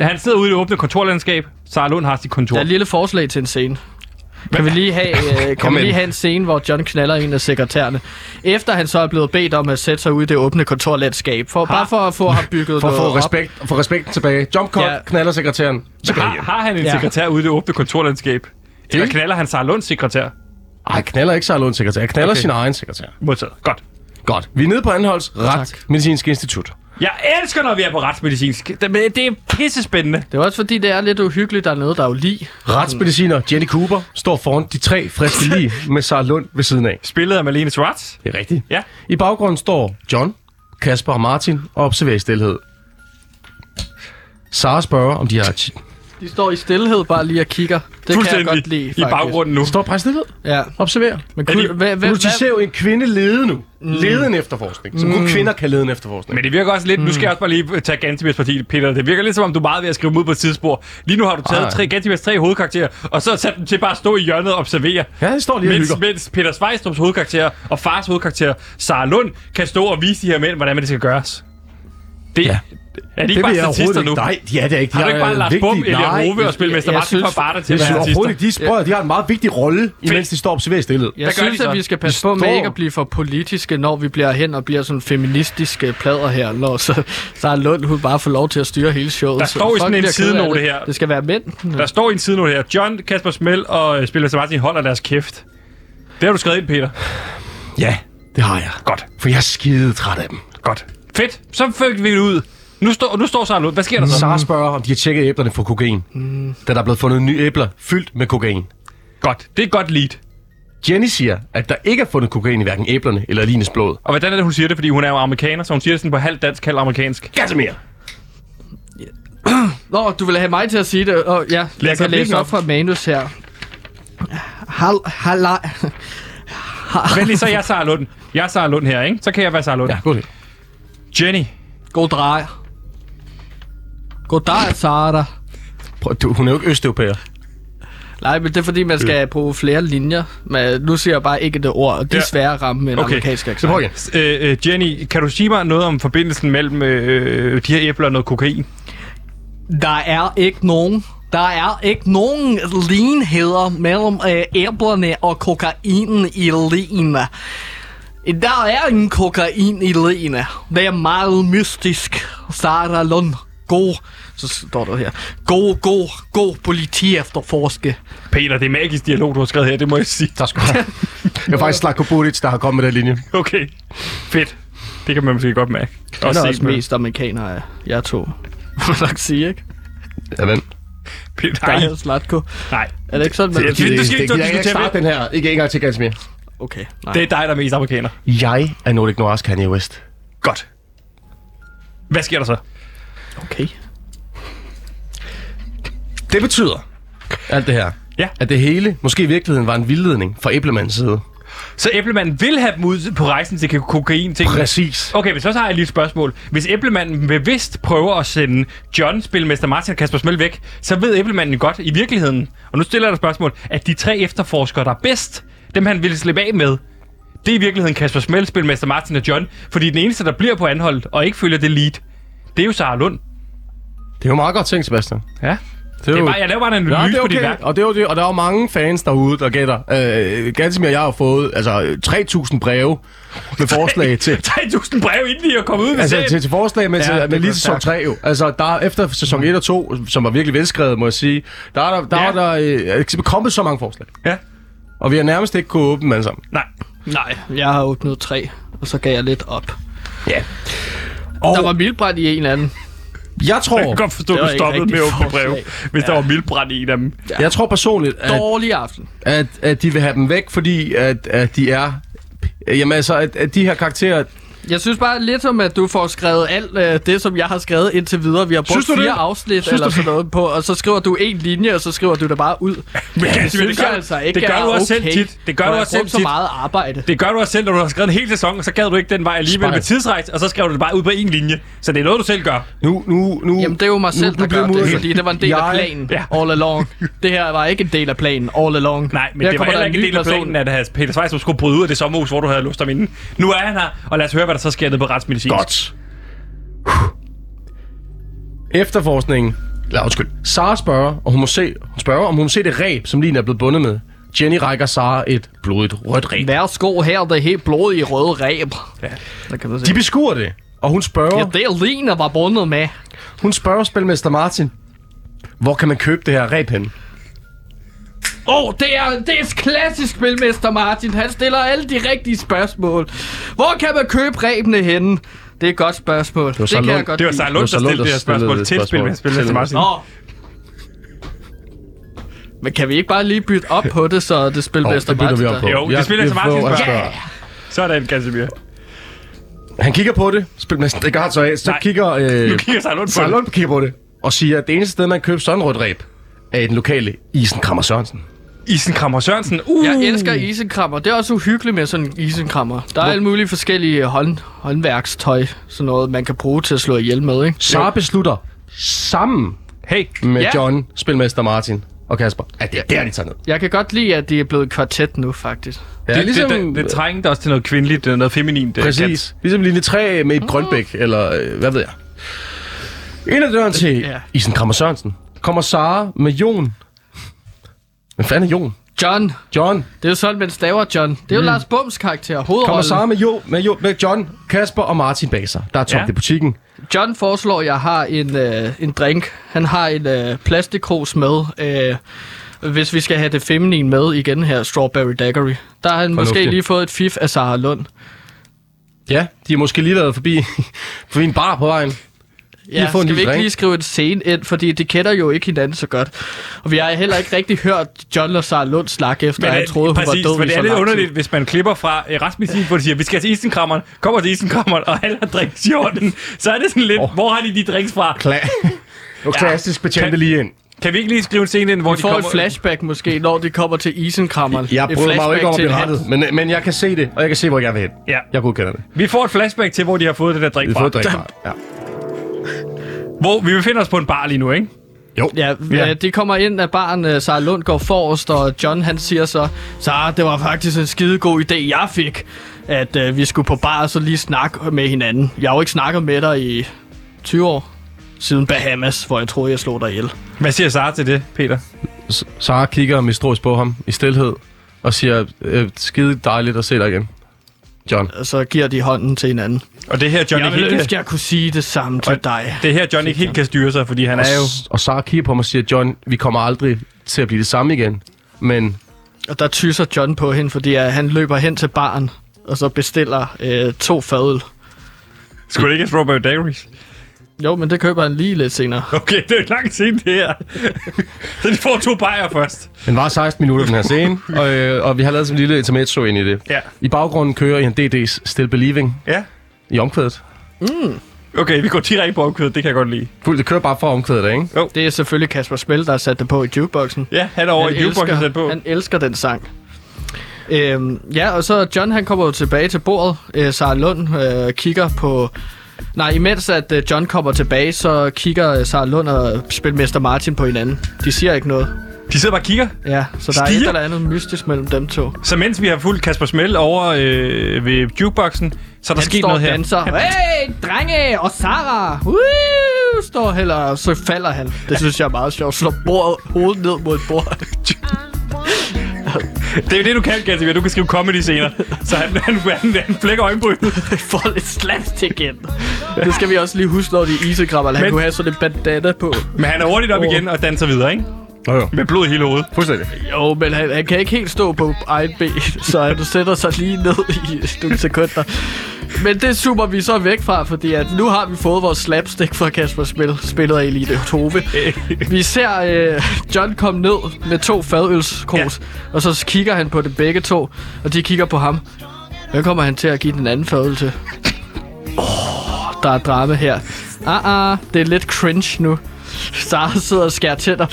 Speaker 1: Han sidder ude i det åbne kontorlandskab. Sarah Lund har sit kontor.
Speaker 2: der er et lille forslag til en scene. Kan vi lige have, øh, kan
Speaker 5: Kom
Speaker 2: vi
Speaker 5: ind.
Speaker 2: lige have en scene, hvor John knaller en af sekretærerne, efter han så er blevet bedt om at sætte sig ud i det åbne kontorlandskab, for, bare for at få ham bygget
Speaker 5: For at
Speaker 2: noget
Speaker 5: få
Speaker 2: op.
Speaker 5: respekt, for respekten tilbage. Jump cut,
Speaker 2: Ja.
Speaker 5: ja. knaller sekretæren. Så går jeg
Speaker 1: Har,
Speaker 5: hjem.
Speaker 1: har han en
Speaker 2: Ja.
Speaker 1: ja. sekretær ude i det åbne kontorlandskab? Eller
Speaker 5: Det-
Speaker 1: knaller han Sarah Lunds sekretær?
Speaker 5: Ej, knaller ikke Sarah Lunds sekretær. Knaller okay. sin egen sekretær.
Speaker 1: Modtaget. Godt.
Speaker 5: Godt. Vi er nede på Anholds
Speaker 2: Tak.
Speaker 5: Ret Medicinske Institut.
Speaker 1: Jeg elsker, når vi er på retsmedicinsk. Det, men det er pissespændende.
Speaker 2: Det er også fordi, det er lidt uhyggeligt dernede, der er jo lige.
Speaker 5: Retsmediciner Jenny Cooper står foran de tre friske lige med Sarah Lund ved siden af.
Speaker 1: Spillet af Malene Schwartz.
Speaker 5: Det er rigtigt.
Speaker 1: Ja.
Speaker 5: I baggrunden står John, Kasper og Martin og observerer i stillhed. Sara spørger, om de har... Ch-
Speaker 2: De står i stillhed bare lige og kigger. Det kan jeg godt lide,
Speaker 1: i
Speaker 2: faktisk.
Speaker 1: baggrunden nu.
Speaker 5: står bare i stillhed.
Speaker 2: Ja.
Speaker 5: Observerer.
Speaker 2: Men kunne,
Speaker 1: de-
Speaker 2: hvad, hvad,
Speaker 5: Nu
Speaker 2: hvad,
Speaker 5: jo en kvinde lede nu. Mm. Lede en efterforskning. Som kun kvinder kan lede en efterforskning.
Speaker 1: Men det virker også lidt, mm. nu skal jeg også bare lige tage Gantimers parti, Peter. Det virker lidt som om, du er meget ved at skrive dem ud på et tidsspor. Lige nu har du taget
Speaker 5: Ej.
Speaker 1: tre, Gantimers tre hovedkarakterer, og så sat dem til bare at stå i hjørnet og observere.
Speaker 5: Ja, det står lige og
Speaker 1: Mens,
Speaker 5: hygger.
Speaker 1: mens Peter Svejstrup's hovedkarakter og fars hovedkarakter, Sara Lund, kan stå og vise de her mænd, hvordan det skal gøres. Det, ja.
Speaker 5: Ja.
Speaker 1: Er de ikke bare
Speaker 5: vil jeg
Speaker 1: statister
Speaker 5: overhovedet
Speaker 1: nu?
Speaker 5: ikke. Nej, de er det ikke. De
Speaker 1: Har du
Speaker 5: er
Speaker 1: ikke bare
Speaker 5: en
Speaker 1: Lars
Speaker 5: vigtig-
Speaker 1: Bum, Elia
Speaker 5: Nej,
Speaker 1: Hove og Spilmester
Speaker 2: jeg- jeg
Speaker 1: Martin
Speaker 2: synes-
Speaker 1: fra Barter til
Speaker 5: Jeg
Speaker 1: at
Speaker 5: synes
Speaker 1: være
Speaker 5: overhovedet
Speaker 1: artister?
Speaker 5: ikke, de spørger. De har en meget vigtig rolle, imens de står og observerer i stillhed.
Speaker 2: Jeg
Speaker 1: Hvad gør
Speaker 2: synes,
Speaker 1: de så?
Speaker 2: at vi skal passe
Speaker 5: De
Speaker 2: på med
Speaker 5: står-
Speaker 2: ikke at blive for politiske, når vi bliver hen og bliver sådan feministiske plader her, når så Sarah Lund hun bare får lov til at styre hele showet.
Speaker 1: Der
Speaker 2: Så
Speaker 1: står i
Speaker 2: folk
Speaker 1: sådan en
Speaker 2: bliver ked af
Speaker 1: sidenote
Speaker 2: det.
Speaker 1: her.
Speaker 2: Det skal være mænd.
Speaker 1: Der står i en side nu her, John, Kasper Smell og øh, Spilmester Martin holder deres kæft. Det har du skrevet ind, Peter.
Speaker 5: Ja, det har jeg.
Speaker 1: Godt.
Speaker 5: For jeg er skide træt af dem.
Speaker 1: Godt. Fedt. Så fik vi det ud. Nu, står, nu står Sarah Lund. Hvad sker der så?
Speaker 5: Sara spørger, om de har tjekket æblerne for kokain. Mm. Da der er blevet fundet nye æbler fyldt med kokain.
Speaker 1: Godt. Det er et godt lead.
Speaker 5: Jenny siger, at der ikke er fundet kokain i hverken æblerne eller Lines blod.
Speaker 1: Og hvordan er det, hun siger det? Fordi hun er jo amerikaner, så hun siger det sådan på halvt dansk, halvt amerikansk.
Speaker 5: Gassomir!
Speaker 2: Nå, du ville have mig til at sige det. Og ja, jeg kan
Speaker 1: replikken
Speaker 2: læse op
Speaker 1: op.
Speaker 2: fra manus her. Hal, halaj.
Speaker 1: Men lige så er jeg Sara Lund. Jeg er Sara Lund her, ikke? Så kan jeg være Sara Lund.
Speaker 5: Ja, god det.
Speaker 1: Jenny.
Speaker 2: God drej. God drej, Sara.
Speaker 5: Prøv, du, hun er jo ikke østeuropæer.
Speaker 2: Nej, men det er fordi, man skal bruge flere linjer. Men nu siger jeg bare ikke det ord, og det er
Speaker 1: Ja.
Speaker 2: svære at ramme med en
Speaker 1: Okay.
Speaker 2: amerikansk accent.
Speaker 5: Så prøv igen.
Speaker 1: Øh, øh, Jenny, kan du sige mig noget om forbindelsen mellem øh, de her æbler og noget kokain?
Speaker 2: Der er ikke nogen. Der er ikke nogen lignheder mellem øh, æblerne og kokainen i lene. Der er ingen kokain i lene. Det er meget mystisk. Sara Lund. God. Så står der her. God, god, god politi efterforske.
Speaker 1: Peter, det er magisk dialog, du har skrevet her, det må jeg sige.
Speaker 5: Tak skal du have. Det var faktisk Slatko Bodic, der har kommet med den linje.
Speaker 1: Okay, fedt. Det kan man måske godt mærke.
Speaker 2: Han er
Speaker 1: se
Speaker 2: også
Speaker 1: med.
Speaker 2: mest amerikaner af jer to. Må man nok sige, ikke?
Speaker 5: Ja, ven.
Speaker 1: Peter,
Speaker 2: Der
Speaker 1: nej,
Speaker 2: er Slatko.
Speaker 1: nej.
Speaker 2: Er det ikke sådan, man...
Speaker 1: Det- det- Du skal ikke
Speaker 5: Jeg kan ikke
Speaker 1: diskutere
Speaker 5: starte den her. Ikke en gang til, Gansmir.
Speaker 2: Okay, nej.
Speaker 1: Det er dig, der er mest amerikaner.
Speaker 5: Jeg er Nordic Noirs Kanye West.
Speaker 1: Godt. Hvad sker der så?
Speaker 2: Okay.
Speaker 5: Det betyder, alt det her,
Speaker 1: Ja.
Speaker 5: at det hele måske i virkeligheden var en vildledning fra Æblemands side.
Speaker 1: Så Æblemanden vil have dem ud på rejsen til kokain ting.
Speaker 5: Præcis.
Speaker 1: Okay, men så har jeg lige et spørgsmål. Hvis Æblemanden bevidst prøver at sende John, spilmester Martin og Kasper Smøl væk, så ved Æblemanden godt i virkeligheden, og nu stiller jeg dig et spørgsmål, at de tre efterforskere, der er bedst, dem han ville slippe af med, det er i virkeligheden Kasper Smøl, spilmester Martin og John, fordi den eneste, der bliver på anholdt og ikke følger det lead, det er jo Sara Lund.
Speaker 5: Det er jo meget godt tænkt, Sebastian.
Speaker 1: Ja.
Speaker 5: er
Speaker 1: Det er
Speaker 5: jo-
Speaker 1: bare, jeg laver bare en
Speaker 5: Nå,
Speaker 1: analyse
Speaker 5: det er
Speaker 1: på dit
Speaker 5: okay.
Speaker 1: værk.
Speaker 5: Og, det er jo det, og der er jo mange fans derude, der gætter. Øh, Gansimir og jeg har fået altså, øh, 3.000 breve med forslag til,
Speaker 1: 3.000 breve, inden de er kommet ud med
Speaker 5: altså,
Speaker 1: serien.
Speaker 5: til, til forslag med, ja,
Speaker 1: det
Speaker 5: til,
Speaker 1: er
Speaker 5: med lige
Speaker 1: for
Speaker 5: sæson
Speaker 1: stærkt.
Speaker 5: 3 jo. Altså, der, er- efter sæson 1 og 2, som var virkelig velskrevet, må jeg sige, der er der, der,
Speaker 1: Ja.
Speaker 5: ja. er der øh, er kommet så mange forslag.
Speaker 1: Ja.
Speaker 5: Og vi har nærmest ikke kunne åbne dem alle sammen.
Speaker 1: Nej.
Speaker 2: Nej, jeg har åbnet tre, og så gav jeg lidt op.
Speaker 5: Ja.
Speaker 2: Og
Speaker 5: Og-
Speaker 2: der var mildbrand i en anden.
Speaker 5: Jeg
Speaker 1: Jeg kan
Speaker 5: tror,
Speaker 1: godt forstå,
Speaker 2: Det
Speaker 1: at
Speaker 2: var
Speaker 1: du
Speaker 2: ikke
Speaker 1: stoppede
Speaker 2: rigtig
Speaker 1: med at åbne
Speaker 2: forslag.
Speaker 1: breve, hvis der var mildbrand i en af dem.
Speaker 5: jeg tror personligt, at,
Speaker 2: Dårlig aften.
Speaker 5: at, at de vil have dem væk, fordi at, at de er... Jamen altså, at, at de her karakterer...
Speaker 2: Jeg synes bare lidt som, at du får skrevet alt øh, det, som jeg har skrevet indtil videre. Vi har brugt
Speaker 5: Synes du
Speaker 2: fire
Speaker 5: det?
Speaker 2: afsnit synes eller sådan noget på, og så skriver du en linje, og så skriver du det bare ud.
Speaker 1: Men
Speaker 2: Ja,
Speaker 1: det, det, gør, det gør
Speaker 2: altså er
Speaker 1: du også
Speaker 2: okay,
Speaker 1: selv tit. Det gør
Speaker 2: når
Speaker 1: du
Speaker 2: jeg
Speaker 1: også
Speaker 2: har
Speaker 1: selv
Speaker 2: brugt så
Speaker 1: tit.
Speaker 2: meget arbejde.
Speaker 1: Det gør du også selv, når du har skrevet en hel sæson, og så gad du ikke den vej alligevel
Speaker 5: Spejl.
Speaker 1: med tidsrejs, og så skrev du det bare ud på én linje. Så det er noget, du selv gør.
Speaker 5: Nu, nu, nu...
Speaker 2: Jamen, det er jo mig selv,
Speaker 5: nu
Speaker 2: der gør
Speaker 5: bliver
Speaker 2: det,
Speaker 5: modet-
Speaker 2: fordi det var en del af
Speaker 5: Jeg-
Speaker 2: planen
Speaker 1: Ja.
Speaker 2: all along. Det her var ikke en del af planen all along.
Speaker 1: Nej, men
Speaker 2: Her
Speaker 1: det var
Speaker 2: kommer
Speaker 1: heller
Speaker 2: der
Speaker 1: ikke en
Speaker 2: ny
Speaker 1: del af
Speaker 2: person.
Speaker 1: planen, at have Peter Svejs skulle bryde ud af det sommerhus, hvor du havde låst ham inde. Nu er han her, og lad os høre, hvad der så sker nede på retsmedicinsk.
Speaker 5: Godt. Efterforskningen. Nej, undskyld. Sara spørger, og hun må se, hun spørger, om hun må se det ræb, som Lina er blevet bundet med. Jenny rækker Sara et blodigt rødt ræb.
Speaker 2: Værsgo her, det helt blodige røde ræb. Ja. Der kan du se.
Speaker 5: De beskuer det, og hun
Speaker 2: Ja,
Speaker 5: spørger,
Speaker 2: det er Lina var bundet med.
Speaker 5: hun spørger spilmester Martin, hvor kan man købe det her ræb hen?
Speaker 2: Åh, oh, det er, det er klassisk spilmester Martin. Han stiller alle de rigtige spørgsmål. Hvor kan man købe ræbene henne? Det er et godt spørgsmål. Det,
Speaker 5: var
Speaker 2: det
Speaker 5: så
Speaker 2: kan jeg
Speaker 5: Lund-
Speaker 2: godt
Speaker 1: Det var
Speaker 2: lide.
Speaker 1: Sarah Lund, der
Speaker 5: Det var Sarah Lund,
Speaker 1: stillede det her
Speaker 5: der stillede
Speaker 1: spørgsmål
Speaker 5: det
Speaker 1: til
Speaker 5: spørgsmål.
Speaker 1: spil, spil, Martin.
Speaker 2: Nå. Men kan vi ikke bare lige bytte op på det, så det
Speaker 5: Åh,
Speaker 2: spilmester
Speaker 5: det
Speaker 2: oh, Martin
Speaker 5: bytter vi op på.
Speaker 2: der-
Speaker 1: Jo, det
Speaker 5: Jeg-
Speaker 1: spiller
Speaker 5: jeg
Speaker 1: til Martin,
Speaker 5: prøver at
Speaker 1: spørger.
Speaker 5: spørge.
Speaker 1: Sådan, Gansimir.
Speaker 5: Han kigger på det, spilmester, det gør han så af, så
Speaker 1: Nej.
Speaker 5: kigger... Øh,
Speaker 1: Nu kigger Sarah Lund på
Speaker 5: Sara
Speaker 1: det.
Speaker 5: Lund kigger på det, og siger, at det eneste sted, man kan købe sådan et rødt ræb, er i den lokale Isenkrammer Sørensen.
Speaker 1: Isenkrammer Sørensen. Uh.
Speaker 2: Jeg elsker isenkrammer. Det er også uhyggeligt med sådan en isenkrammer. Der er alle mulige forskellige hånd, håndværkstøj, sådan noget, man kan bruge til at slå ihjel med, ikke?
Speaker 5: Sara beslutter sammen
Speaker 1: Hey,
Speaker 5: med
Speaker 2: Ja.
Speaker 5: ja. John, spilmester Martin og Kasper. Ja, det er der, de tager ned.
Speaker 2: Jeg kan godt lide, at det er blevet kvartet nu, faktisk.
Speaker 5: Ja,
Speaker 1: det, ligesom, det, det, det trængte også til noget kvindeligt, øh, noget feminint. øh, Gans.
Speaker 5: præcis. Ligesom linje 3 med et grønbæk, eller øh, hvad ved jeg. Ind ad døren til
Speaker 2: Ja.
Speaker 5: ja. Isen Krammer Sørensen kommer Sara med Jon. Hvad fanden er Jon?
Speaker 2: John,
Speaker 5: John.
Speaker 2: Det er jo sådan, man staver John. Det er jo mm. Lars Bums karakter,
Speaker 5: Kommer
Speaker 2: hovedrollen.
Speaker 5: Sara med, jo, med, jo, med John, Kasper og Martin bag sig. Der er
Speaker 1: Ja.
Speaker 5: tomt ja. i butikken.
Speaker 2: John foreslår, at jeg har en, øh, en drink. Han har en øh, plastikros med. Øh, hvis vi skal have det feminine med igen her, Strawberry Daiquiri. Der har han måske lige fået et fif af Sara Lund.
Speaker 5: Ja, de har måske lige været forbi, forbi en bar på vejen.
Speaker 2: Ja,
Speaker 5: har fået en
Speaker 2: skal vi
Speaker 5: lille
Speaker 2: ikke
Speaker 5: drink.
Speaker 2: lige skrive en scene ind, fordi de kender jo ikke hinanden så godt. Og vi har heller ikke rigtig hørt John og Sara Lund snakke efter, at han
Speaker 1: øh,
Speaker 2: troede, hun var
Speaker 1: præcis,
Speaker 2: død
Speaker 1: men
Speaker 2: i
Speaker 1: det
Speaker 2: så
Speaker 1: er lidt
Speaker 2: lang tid.
Speaker 1: underligt, hvis man klipper fra øh, Rasmus Sin, hvor de siger, vi skal til isenkrammeren, kommer til isenkrammeren, og alle har drinks i orden. Så er det sådan lidt, oh. hvor har de de drinks fra?
Speaker 5: Klar.
Speaker 8: Nu klassisk betjente
Speaker 1: Kan-
Speaker 8: lige ind.
Speaker 1: Kan vi ikke lige skrive en scene ind, hvor
Speaker 2: Vi
Speaker 1: de
Speaker 2: får
Speaker 1: kommer...
Speaker 2: et flashback måske, når det kommer til isenkrammer.
Speaker 5: Jeg
Speaker 2: Et
Speaker 5: bryder mig jo ikke om at
Speaker 2: flashback til
Speaker 5: blive rettet, men, øh, men jeg kan se det, og jeg kan se, hvor jeg vil hen.
Speaker 1: Ja.
Speaker 5: Jeg godkender det.
Speaker 1: Vi får et flashback til, hvor de har fået det der drik
Speaker 5: Vi får drikker. Ja.
Speaker 1: Hvor vi befinder os på en bar lige nu, ikke?
Speaker 5: Jo.
Speaker 2: Ja, ja. det kommer ind, at barn uh, Sarah Lund går forrest, og John han siger så, Sarah, det var faktisk en skide god idé, jeg fik, at uh, vi skulle på bar og så lige snakke med hinanden. Jeg har jo ikke snakket med dig i 20 år, siden Bahamas, hvor jeg troede, jeg slog dig ihjel.
Speaker 1: Hvad siger Sara til det, Peter?
Speaker 5: S- Sara kigger mistroisk på ham i stilhed og siger, øh, skide dejligt at se dig igen. John.
Speaker 2: Og så giver de hånden til hinanden.
Speaker 1: Og det her Johnny
Speaker 2: Jeg ville
Speaker 1: helt...
Speaker 2: ønske, jeg kunne sige det samme til dig.
Speaker 1: Det er her John ikke helt kan styre sig, fordi han er jo...
Speaker 5: S- Og Sara kigger på mig og siger, John, vi kommer aldrig til at blive det samme igen. Men
Speaker 2: Og der tyser John på hende, fordi uh, han løber hen til baren, og så bestiller uh, to fadøl.
Speaker 1: Skulle det ikke have Strawberry Daiquiris?
Speaker 2: Jo, men det køber han lige lidt senere.
Speaker 1: Okay, det er en lang scene, det her. så de får to bajer først.
Speaker 5: den var 16 minutter, den her scene, og, øh, og vi har lavet sådan en lille intermezzo ind i det.
Speaker 1: Ja.
Speaker 5: I baggrunden kører en DD's Still Believing
Speaker 1: Ja.
Speaker 5: i omkvædet.
Speaker 1: Okay, vi går direkte på omkødet, det kan jeg godt lide.
Speaker 5: Fuldt, det kører bare for omkvædet, ikke?
Speaker 2: Det er selvfølgelig Kasper Smell, der har sat det på i jukeboxen.
Speaker 1: Ja, han er over i jukeboxen sat på.
Speaker 2: han elsker den sang. Øhm, ja, og så John han kommer jo tilbage til bordet. Øh, Sarah Lund øh, kigger på... Nej, imens at øh, John kommer tilbage, så kigger øh, Sarah Lund og Spilmester Martin på hinanden. De siger ikke noget.
Speaker 1: De sidder bare og kigger.
Speaker 2: Ja, så der er
Speaker 1: Stiger?
Speaker 2: et eller andet mystisk mellem dem to.
Speaker 1: Så mens vi har fulgt Kasper Smell over øh, ved jukeboxen, så er der
Speaker 2: Han
Speaker 1: sket
Speaker 2: står
Speaker 1: noget
Speaker 2: og
Speaker 1: her.
Speaker 2: danser. Hey, drenge! Og Sarah! Uh, står heller, og så falder han. Det synes jeg er meget sjovt. Slår bordet, hovedet ned mod et bord.
Speaker 1: Det er jo det, du kan, Gatsby. Du kan skrive comedy senere. Så han, han, han, han flækker øjenbrynet.
Speaker 2: får lidt slapstick ind. Det skal vi også lige huske, når de er isekrammer. Han
Speaker 1: Men-
Speaker 2: kunne have sådan en bandana på.
Speaker 1: Men han er hurtigt op igen og danser videre, ikke?
Speaker 5: Jo, jo.
Speaker 1: Med blod i hele hovedet.
Speaker 5: Fuldstændig.
Speaker 2: Jo, men han, han kan ikke helt stå på egen ben, så han sætter sig lige ned i nogle sekunder. Men det super vi så væk fra, fordi at nu har vi fået vores slapstick fra Kasper Spil, spillet af Elite Tove. Vi ser øh, John komme ned med to fadølskros, ja. og så kigger han på det begge to, og de kigger på ham. Hvem kommer han til at give den anden fadøl til? Oh, der er drama her. Ah, ah, det er lidt cringe nu. Sara sidder og skærer tænder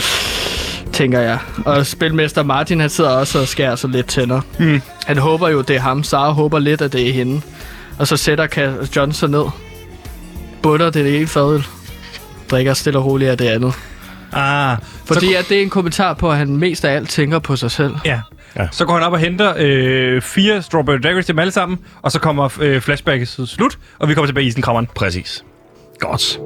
Speaker 2: tænker jeg. Og spilmester Martin, han sidder også og skærer sig lidt tænder. Mm. Han håber jo, det er ham. Sara håber lidt, at det er hende. Og så sætter Ka- John sig ned. Butter det ene fadøl. Drikker stille og roligt af det andet.
Speaker 1: Ah,
Speaker 2: Fordi at det er en kommentar på, at han mest af alt tænker på sig selv.
Speaker 1: Ja. ja. Så går han op og henter øh, fire Strawberry Daiquiris til dem alle sammen, og så kommer øh, flashbacket til slut, og vi kommer tilbage i isenkrammeren.
Speaker 5: Præcis. Godt.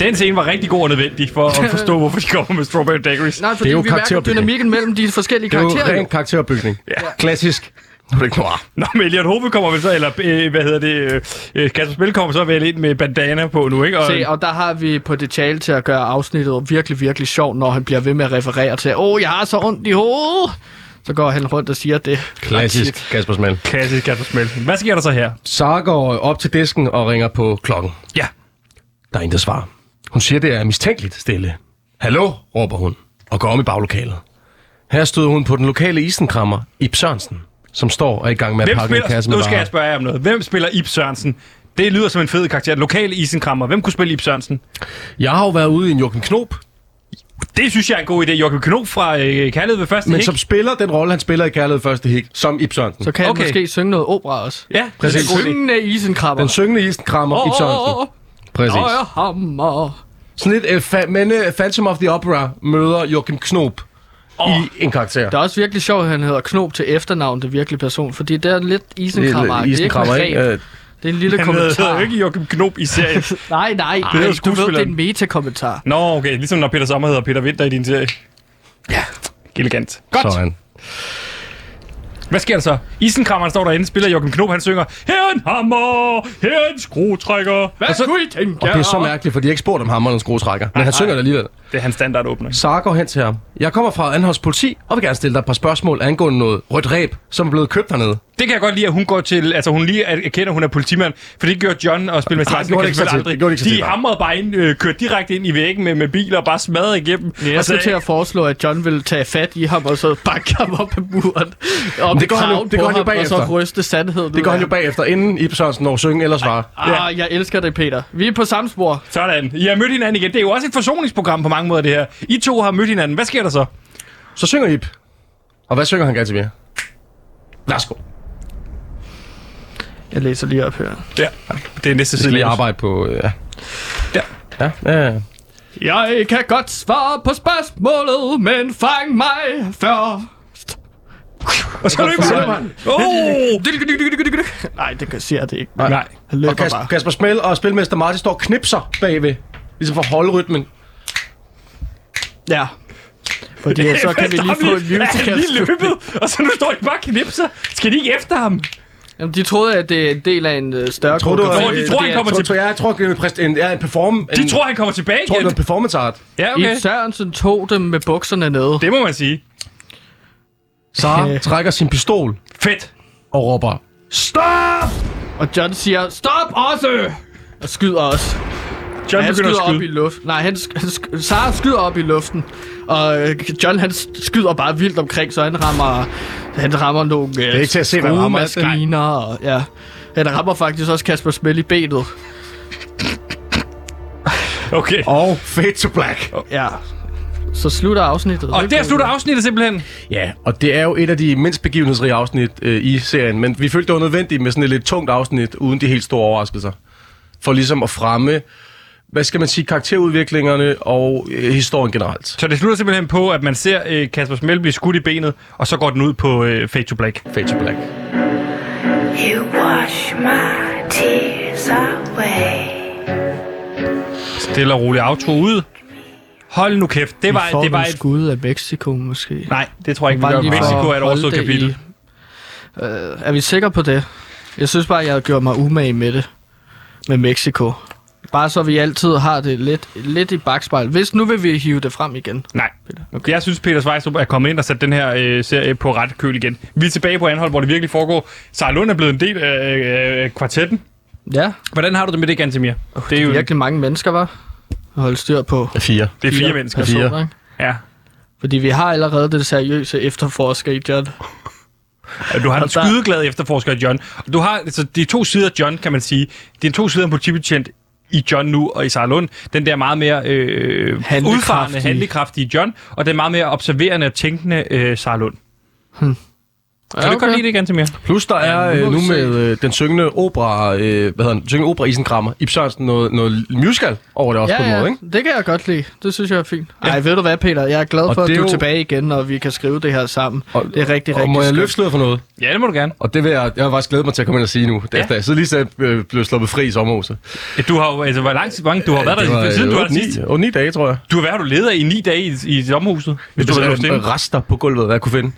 Speaker 1: Den scene var rigtig god og nødvendig for at forstå, hvorfor de kommer med Strawberry Daiquiris.
Speaker 2: Nej, fordi
Speaker 5: Det er jo
Speaker 2: vi mærker
Speaker 5: karakteropbygning.
Speaker 2: dynamikken mellem de forskellige
Speaker 5: Det er
Speaker 2: karakterer.
Speaker 5: jo
Speaker 2: Jo,
Speaker 5: ren karakteropbygning. Ja. Klassisk. Nu er det ikke noir.
Speaker 1: Nå, men Elliot Hove kommer vel så, eller øh, hvad hedder det, øh, øh, Kasper Spil kommer så vel ind med bandana på nu, ikke? Og,
Speaker 2: Se, og der har vi potentiale til at gøre afsnittet virkelig, virkelig sjovt, når han bliver ved med at referere til, åh, oh, jeg har så ondt i hovedet. Så går han rundt og siger det.
Speaker 5: Klassisk Kasper Smell.
Speaker 1: Klassisk Kasper Spil. Hvad sker der så her?
Speaker 5: Sara går op til disken og ringer på klokken.
Speaker 1: Ja.
Speaker 5: Der er ingen, der svarer. Hun siger, det er mistænkeligt stille. Hallo, råber hun, og går om i baglokalet. Her stod hun på den lokale isenkrammer, Ib Sørensen, som står og er i gang med at
Speaker 1: Hvem
Speaker 5: pakke en kasse
Speaker 1: spiller,
Speaker 5: med
Speaker 1: nu skal
Speaker 5: varer.
Speaker 1: jeg spørge jer om noget. Hvem spiller Ib Sørensen? Det lyder som en fed karakter. Den Lokale isenkrammer. Hvem kunne spille Ib Sørensen?
Speaker 5: Jeg har jo været ude i en Joachim Knop,
Speaker 1: Det synes jeg er en god idé. Joachim Knop fra øh, Kærlighed ved første
Speaker 5: men
Speaker 1: hik.
Speaker 5: som spiller den rolle, han spiller i Kærlighed Første Hik, som Ib Sørensen.
Speaker 2: Så kan okay.
Speaker 1: Okay.
Speaker 2: han måske synge noget opera også.
Speaker 1: Ja,
Speaker 5: Præcis.
Speaker 1: det er en god idé.
Speaker 2: Syngende isenkrammer.
Speaker 5: Den syngende isenkrammer, Ib Sørensen. Præcis.
Speaker 2: Og jeg hammer.
Speaker 5: Sådan lidt uh, fa- men, uh, Phantom of the Opera møder Joachim Knop i en karakter.
Speaker 2: Det er også virkelig sjovt, at han hedder Knob til efternavn, det virkelig person. Fordi det er lidt
Speaker 5: øh,
Speaker 2: isenkrammer. Det, det,
Speaker 5: isenkrammer,
Speaker 2: er ikke
Speaker 5: ikke?
Speaker 2: konkret.
Speaker 5: Øh,
Speaker 2: det er en lille
Speaker 1: Han hedder
Speaker 2: kommentar.
Speaker 1: jo ikke Joachim Knop i serien.
Speaker 2: Nej, nej. Det
Speaker 1: hedder
Speaker 2: du ved,
Speaker 1: skuespilleren.
Speaker 2: det er en metakommentar.
Speaker 1: Nå, okay. Ligesom når Peter Sommer hedder Peter Winter i din serie. Ja. Elegant. Godt.
Speaker 5: Sådan.
Speaker 1: Hvad sker der så? Isenkrammeren står derinde, spiller Joachim Knop, han synger Her er en hammer, her er en skruetrækker.
Speaker 2: Hvad skulle I tænke
Speaker 5: Og
Speaker 2: jer?
Speaker 5: det er så mærkeligt, for de har ikke spurgt om hammeren og skruetrækker. Men han synger det alligevel.
Speaker 1: Det er hans standardåbning.
Speaker 5: Sara går hen til ham. Jeg kommer fra Anholds politi og vil gerne stille dig et par spørgsmål angående noget rødt ræb, som er blevet købt hernede.
Speaker 1: Det kan jeg godt lide, at hun går til... Altså, hun lige erkender, at hun er politimand. For det gjorde John og Spil med
Speaker 6: Nej, det gjorde det ikke så tit. Det gjorde det ikke så
Speaker 1: De
Speaker 6: tit, nej.
Speaker 1: hamrede bare ind, øh, kørte direkte ind i væggen med, med biler og bare smadrede igennem.
Speaker 2: Jeg
Speaker 1: og
Speaker 2: skulle til at foreslå, at John ville tage fat i ham, og så banke ham op ad muren. Og
Speaker 5: det gør han jo- det gør han jo
Speaker 2: Og så
Speaker 5: bagefter.
Speaker 2: ryste sandheden
Speaker 5: Det gør han jo bagefter, inden Ip Sørensen når at synge eller svare.
Speaker 1: Ja.
Speaker 2: Ah, jeg elsker det, Peter. Vi er på samme spor.
Speaker 1: Sådan. I har mødt hinanden igen. Det er jo også et forsoningsprogram på mange måder, det her. I to har mødt hinanden. Hvad sker der så?
Speaker 5: Så synger Ip. Og hvad synger han, Gantemir? Værsgo.
Speaker 2: Jeg læser lige op her.
Speaker 1: Ja. Det er næste
Speaker 5: Det er
Speaker 1: side.
Speaker 5: lige arbejde på... øh, Ja.
Speaker 1: Ja.
Speaker 5: Ja, ja, ja.
Speaker 2: Jeg kan godt svare på spørgsmålet, men fang mig før.
Speaker 1: Og så løber han. Åh!
Speaker 2: Nej, det kan siger det ikke.
Speaker 1: Nej.
Speaker 2: Han løber
Speaker 5: Og Kasper,
Speaker 2: bare.
Speaker 5: Kasper Smell og Spilmester Martin står og knipser bagved. Ligesom for at holde rytmen.
Speaker 2: Ja. Fordi ja, så kan vi lige få en
Speaker 1: musical.
Speaker 2: musical.
Speaker 1: lige løbet, og så nu står de bare og knipser. Skal de ikke efter ham?
Speaker 2: Jamen, de troede, at det er en del af en øh, større
Speaker 5: Tror du,
Speaker 2: gruppe.
Speaker 1: Nå, de tror, han kommer til-
Speaker 5: til... Jeg tror, det er en, præst- en, ja, en perform...
Speaker 1: De
Speaker 5: en,
Speaker 1: tror, han kommer tilbage
Speaker 5: tror, det er
Speaker 1: igen.
Speaker 5: en performance art.
Speaker 1: Ja, okay.
Speaker 2: Ib Sørensen tog dem med bukserne nede.
Speaker 1: Det må man sige. Ah.
Speaker 5: Sara
Speaker 2: Øh.
Speaker 5: trækker sin pistol
Speaker 1: Fedt.
Speaker 5: og råber.
Speaker 2: Stop! Og John siger, stop også! Og skyder også.
Speaker 1: John
Speaker 2: Han
Speaker 1: begynder
Speaker 2: skyder
Speaker 1: at
Speaker 2: op i
Speaker 1: skyde.
Speaker 2: luften. Nej, han, sk- han sk- Sara skyder op i luften. Og øh, John, han s- skyder bare vildt omkring, så han rammer, han rammer nogle øh, det
Speaker 5: er ikke til at se, hvad han rammer.
Speaker 2: Og, ja. Han rammer faktisk også Kasper Smell i benet.
Speaker 1: Okay.
Speaker 5: Og "Oh, fade to black.
Speaker 2: Ja. Så slutter afsnittet.
Speaker 1: Og der slutter afsnittet simpelthen.
Speaker 5: Ja, og det er jo et af de mindst begivenhedsrige afsnit øh, i serien, men vi følte, det var nødvendigt med sådan et lidt tungt afsnit, uden de helt store overraskelser. For ligesom at fremme, hvad skal man sige, karakterudviklingerne og øh, historien generelt.
Speaker 1: Så det slutter simpelthen på, at man ser øh, Kasper Smell blive skudt i benet, og så går den ud på øh, Fade to Black.
Speaker 5: Fade to black.
Speaker 4: You wash my tears away.
Speaker 1: Stille og roligt outro ud. Hold nu kæft. Det var,
Speaker 2: Får
Speaker 1: det var et...
Speaker 2: skud af Mexico, måske.
Speaker 1: Nej, det tror jeg ikke, vi
Speaker 2: Bare
Speaker 1: gør.
Speaker 2: lige for
Speaker 1: Mexico er
Speaker 2: at
Speaker 1: et
Speaker 2: holde
Speaker 1: overstået
Speaker 2: det
Speaker 1: kapitel.
Speaker 2: i- Øh, er vi sikre på det? Jeg synes bare, jeg har gjort mig umage med det. Med Mexico. Bare så vi altid har det lidt, lidt i bagspejl. Hvis nu vil vi hive det frem igen.
Speaker 1: Nej. Okay. Jeg synes, Peter Svejstrup er kommet ind og sat den her øh, serie på ret køl igen. Vi er tilbage på Anhold, hvor det virkelig foregår. Sarah Lund er blevet en del af øh, øh, kvartetten.
Speaker 2: Ja,
Speaker 1: Hvordan har du det med det, Gantemir? Oh, det er jo
Speaker 2: virkelig mange mennesker, var at holde styr på.
Speaker 5: Fire.
Speaker 1: det er fire, fire mennesker.
Speaker 5: Fire.
Speaker 2: personer, ikke?
Speaker 1: Ja.
Speaker 2: Fordi vi har allerede det seriøse efterforsker i John.
Speaker 1: Du har en
Speaker 2: der-
Speaker 1: skydeglad efterforsker, John. Du har, altså, det er to sider af John, kan man sige. Det er to sider af en politibetjent i John nu og i Sarah Lund. Den der meget mere øh,
Speaker 2: Handlekraftige.
Speaker 1: udfarende, handlekraftige John, og den meget mere observerende og tænkende øh, Sarah Lund. Kan du godt lide det, Gantemir?
Speaker 5: Plus der er
Speaker 2: nu må
Speaker 5: øh, nu
Speaker 2: vi se.
Speaker 5: med øh, den syngende opera, øh, hvad hedder den, syngende opera Isenkrammer, Ip Sørensen, noget, noget musical over det også på en
Speaker 2: Ja,
Speaker 5: måde,
Speaker 2: ja,
Speaker 5: ikke?
Speaker 2: det kan jeg godt lide. Det synes jeg er fint. Ej, ved du hvad, Peter? Jeg er glad
Speaker 5: Og
Speaker 2: for, at du
Speaker 5: det
Speaker 2: er
Speaker 5: er jo-
Speaker 2: tilbage igen, og vi kan skrive det her sammen.
Speaker 5: Og-
Speaker 2: det er rigtig,
Speaker 5: Og
Speaker 2: rigtig
Speaker 5: må jeg
Speaker 2: skønt.
Speaker 5: løfte sløret for noget?
Speaker 1: Ja, det må du gerne.
Speaker 5: Og det vil jeg, jeg har faktisk glædet mig til at komme ind og sige nu, ja. efter jeg så lige så øh, blev sluppet fri i sommerhuset. øh,
Speaker 1: Du har jo, altså, hvor lang tid, hvor mange, du har været der i- siden du har det sidst?
Speaker 5: 8, 9 dage, tror jeg.
Speaker 1: Du har været, du leder i ni dage i, i sommerhuset. Hvis du har været
Speaker 5: Det
Speaker 1: låst inde.
Speaker 5: var rester på gulvet, hvad jeg kunne finde.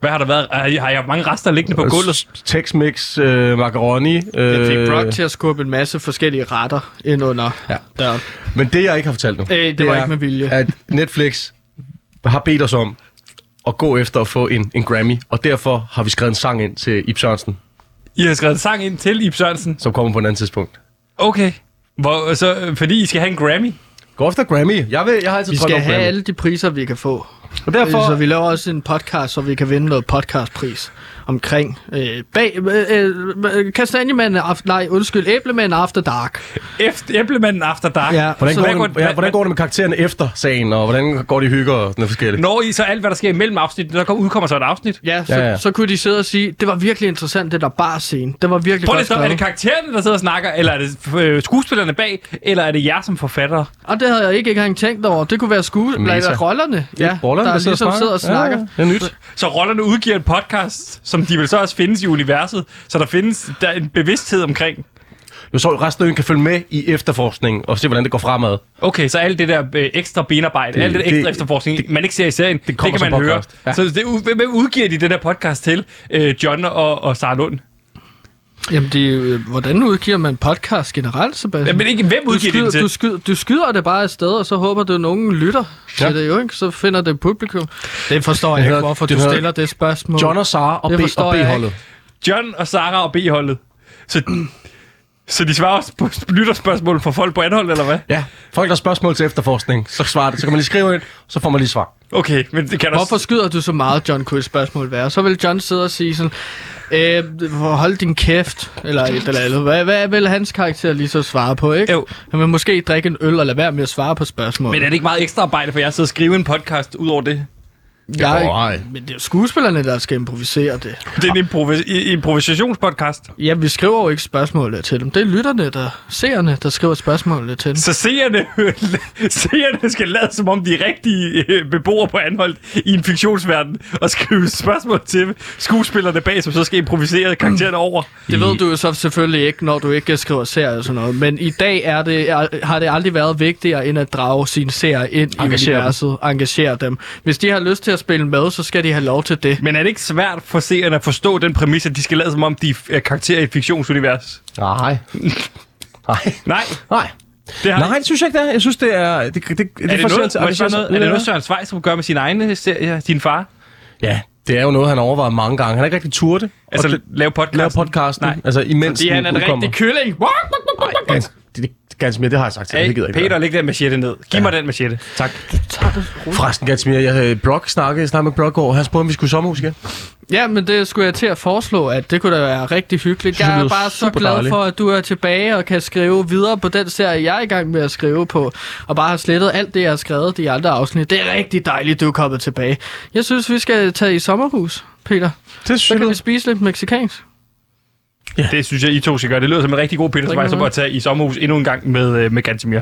Speaker 1: Hvad har der været? Har I- Har jeg haft mange rester liggende på gulvet?
Speaker 5: S- Tex-Mex, øh, macaroni.
Speaker 2: Jeg fik
Speaker 5: Øh,
Speaker 2: Brock til at skubbe en masse forskellige retter ind under ja. døren.
Speaker 5: men det, jeg ikke har fortalt nu,
Speaker 2: Øh, det var ikke med vilje.
Speaker 5: at Netflix har bedt os om at gå efter at få en, en Grammy, og derfor har vi skrevet en sang ind til Ip Sørensen,
Speaker 1: I har skrevet en sang ind til Ib Sørensen.
Speaker 5: som kommer på en anden tidspunkt.
Speaker 1: Okay. Hvor, så, øh, fordi I skal have en Grammy.
Speaker 5: Gå efter Grammy. Jeg, vil, jeg har altid
Speaker 2: Vi
Speaker 5: drømt
Speaker 2: skal
Speaker 5: om
Speaker 2: have
Speaker 5: Grammy.
Speaker 2: alle de priser, vi kan få.
Speaker 5: Og derfor,
Speaker 2: Så vi laver også en podcast, så vi kan vinde noget podcastpris omkring øh, bag, øh, øh, kastanjemanden, af, nej, undskyld, æblemanden After Dark.
Speaker 1: Efter Æblemanden After Dark.
Speaker 2: Ja.
Speaker 5: hvordan,
Speaker 2: så
Speaker 5: går
Speaker 1: hvad
Speaker 5: det,
Speaker 1: går-
Speaker 5: ja, hvordan går det med karaktererne efter sagen, og hvordan går de hygger og sådan noget forskelligt?
Speaker 1: Når I så alt, hvad der sker imellem afsnittene, der kommer- udkommer så et afsnit.
Speaker 2: Ja, så, ja,
Speaker 5: Ja,
Speaker 2: ja.
Speaker 5: ja.
Speaker 2: så kunne de sidde og sige, det var virkelig interessant, det der bar scene. Det var virkelig
Speaker 1: Prøv lige at
Speaker 2: godt
Speaker 1: stoppe. Er det
Speaker 2: skrevet.
Speaker 1: karaktererne, der sidder og snakker, eller er det øh, skuespillerne bag, eller er det jer som forfattere?
Speaker 2: Og det havde jeg ikke engang tænkt over. Det kunne være
Speaker 5: Meta.
Speaker 2: skuespillerne, rollerne, ja,
Speaker 5: Rollerne,
Speaker 2: der,
Speaker 5: sidder
Speaker 2: ligesom sidder og snakker.
Speaker 5: Ja, det er nyt.
Speaker 1: Så rollerne udgiver en podcast, som de vil så også findes i universet, så der findes der er en bevidsthed omkring.
Speaker 5: Jo, så resten af øen kan følge med i efterforskningen og se, hvordan det går fremad.
Speaker 1: Okay, så alt det der øh, ekstra benarbejde,
Speaker 5: Det-
Speaker 1: alt det der ekstra
Speaker 5: det-
Speaker 1: efterforskning, man ikke ser i serien, det,
Speaker 5: kommer
Speaker 1: det kan
Speaker 5: som
Speaker 1: man høre.
Speaker 5: podcast.
Speaker 1: Ja. Så det, u- hvem hvem udgiver de den der podcast til? Øh, John og, og Sara Lund.
Speaker 2: Jamen, det, er jo, øh, hvordan udgiver man podcast generelt, Sebastian?
Speaker 1: Ja, men ikke, hvem
Speaker 2: du
Speaker 1: udgiver de
Speaker 2: skyder,
Speaker 1: den til?
Speaker 2: du, skyder, du skyder det bare afsted, og så håber du, at nogen lytter ja.
Speaker 5: Ja.
Speaker 2: til det, jo, ikke? Så finder det publikum. Det forstår jeg
Speaker 5: Det
Speaker 2: ikke,
Speaker 5: hedder-
Speaker 2: hvorfor
Speaker 5: det
Speaker 2: du
Speaker 5: hedder-
Speaker 2: stiller det spørgsmål.
Speaker 5: John og Sara og,
Speaker 2: Det
Speaker 5: B- og
Speaker 2: forstår jeg
Speaker 5: B-holdet.
Speaker 1: John og Sara og B-holdet. Så, så de svarer også på lytterspørgsmål fra folk på anholdet, eller hvad?
Speaker 5: Ja, folk der har spørgsmål til efterforskning, så svarer det. Så kan man lige skrive ind, så får man lige svar.
Speaker 1: Okay, men det kan også...
Speaker 2: Hvorfor skyder du så meget, John, kunne et spørgsmål være. Så vil John sidde og sige sådan, øh, hold din kæft, eller et eller andet. Hvad, hvad vil hans karakter lige så svare på, ikke?
Speaker 1: Jo.
Speaker 2: Han vil måske drikke en øl og lade være med at svare på spørgsmål.
Speaker 1: Men er det ikke meget ekstra arbejde for jer at sidde og skrive en podcast ud over det?
Speaker 2: jeg, men det er jo skuespillerne, der skal improvisere det.
Speaker 1: Det er en improvis- i- improvisationspodcast.
Speaker 2: Ja, vi skriver jo ikke spørgsmålene til dem. Det er lytterne, der seerne, der skriver spørgsmålene til dem.
Speaker 1: Så seerne, seerne skal lade som om de er rigtige øh, beboere på anholdt i en fiktionsverden og skrive spørgsmål til skuespillerne bag, som så skal improvisere karaktererne over.
Speaker 2: Det ved du jo så selvfølgelig ikke, når du ikke skriver serier og sådan noget. Men i dag er det, er, har det aldrig været vigtigere, end at drage sine serier ind engagere i
Speaker 5: Engagere dem.
Speaker 2: universet. Dem. Engagere dem. Hvis de har lyst til at spille med, så skal de have lov til det.
Speaker 1: Men er det ikke svært for seerne at forstå den præmis, at de skal lade som om de er karakterer i et fiktionsunivers?
Speaker 5: Nej. Nej.
Speaker 1: Nej,
Speaker 5: Nej.
Speaker 1: det har
Speaker 5: Nej, det synes jeg ikke, det er. Jeg synes, det er... Det, det, det,
Speaker 1: Er det,
Speaker 5: for sent
Speaker 1: noget,
Speaker 5: til-
Speaker 1: må jeg spørge noget, er det noget,
Speaker 5: så-
Speaker 1: Søren Svejstrup gør med sine egne serier, din far?
Speaker 5: Ja, det er jo noget, han overvejer mange gange. Han har ikke rigtig turde det.
Speaker 1: Altså,
Speaker 5: Og det-
Speaker 1: lave podcasten?
Speaker 5: lave podcasten,
Speaker 1: Nej.
Speaker 5: altså imens
Speaker 1: Fordi han er en rigtig kylling.
Speaker 5: kød. Det, det, Gansmir, det har jeg sagt til dig.
Speaker 1: Hey,
Speaker 5: Det gider jeg ikke.
Speaker 1: Peter, læg den machete ned. Giv ja. mig den machete. Tak.
Speaker 5: være. Forresten, Gansmir, jeg havde Brock snakket, snakket med Brock over. Han spurgte, om vi skulle i sommerhus igen.
Speaker 2: Ja, men det skulle jeg til at foreslå, at det kunne da være rigtig hyggeligt.
Speaker 5: Synes, det
Speaker 2: Jeg er
Speaker 5: lyder
Speaker 2: bare så
Speaker 5: super
Speaker 2: glad
Speaker 5: dejligt.
Speaker 2: for, at du er tilbage og kan skrive videre på den serie, jeg er i gang med at skrive på. Og bare har slettet alt det, jeg har skrevet de andre afsnit. Det er rigtig dejligt, du er kommet tilbage. Jeg synes, vi skal tage i sommerhus, Peter.
Speaker 5: Det
Speaker 2: Så
Speaker 5: synes
Speaker 2: kan vi
Speaker 5: jeg.
Speaker 2: spise lidt mexikansk.
Speaker 1: Det synes jeg, I to skal gøre. Det lyder som en rigtig god Peter
Speaker 2: Tak,
Speaker 1: Svejstrup
Speaker 2: Johan.
Speaker 1: at tage i sommerhus endnu en gang med, øh, med Gantemir.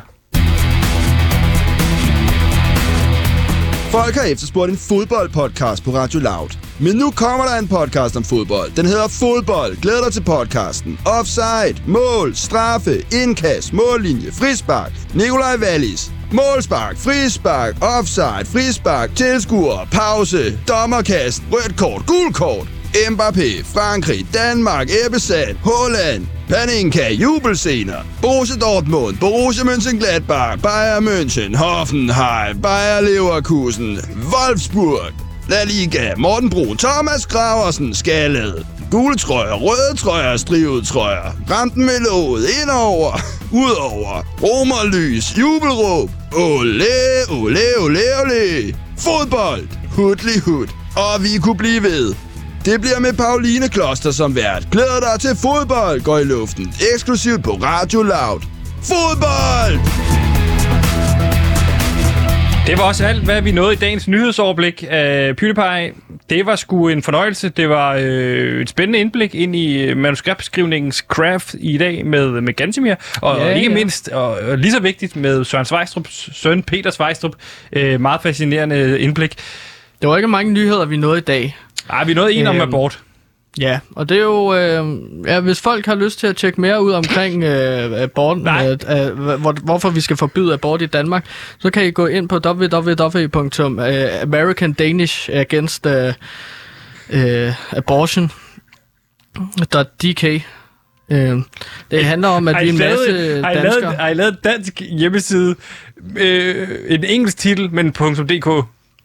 Speaker 3: Folk har efterspurgt en fodboldpodcast på Radio Loud. Men nu kommer der en podcast om fodbold. Den hedder Fodbold. Glæd dig til podcasten. Offside, mål, straffe, indkast, mållinje, frispark. Nikolaj Wallis. Målspark, frispark, offside, frispark, tilskuer, pause, dommerkast, rødt kort, gul kort. Mbappé, Frankrig, Danmark, Ebbesand, Holland, Paninka, jubelscener, Borussia Dortmund, Borussia Mönchengladbach, Bayern München, Hoffenheim, Bayer Leverkusen, Wolfsburg, La Liga, Morten Brun, Thomas Graversen, Skallet, gule trøjer, røde trøjer, strivet trøjer, ramten med låget, indover, udover, romerlys, jubelråb, ole, ole, ole, ole, fodbold, hudli hud, og vi kunne blive ved. Det bliver med Pauline Kloster som vært. Glæder dig til fodbold, går i luften. Eksklusivt på Radio Loud. Fodbold!
Speaker 1: Det var også alt, hvad vi nåede i dagens nyhedsoverblik af PewDiePie. Det var sgu en fornøjelse. Det var øh, et spændende indblik ind i øh, manuskriptskrivningens craft i dag med, med Gantemir. Og
Speaker 2: Ja,
Speaker 1: ja, ikke
Speaker 2: ja.
Speaker 1: ja. mindst, og, og lige så vigtigt, med Søren Svejstrups søn Peter Svejstrup. Øh, meget fascinerende indblik.
Speaker 2: Der var ikke mange nyheder, vi nåede i dag.
Speaker 1: Ej, vi nåede en om
Speaker 2: Øhm,
Speaker 1: abort.
Speaker 2: Ja, og det er jo... Øh, ja, hvis folk har lyst til at tjekke mere ud omkring øh, abort,
Speaker 1: Nej.
Speaker 2: øh, øh, hvor, hvorfor vi skal forbyde abort i Danmark, så kan I gå ind på www.americandanishagainstabortion.dk øh, abortion.dk. øh, Det handler om, at vi er en masse
Speaker 1: har I lavet,
Speaker 2: danskere...
Speaker 1: har I lavet en dansk hjemmeside, øh, en engelsk titel, men .dk.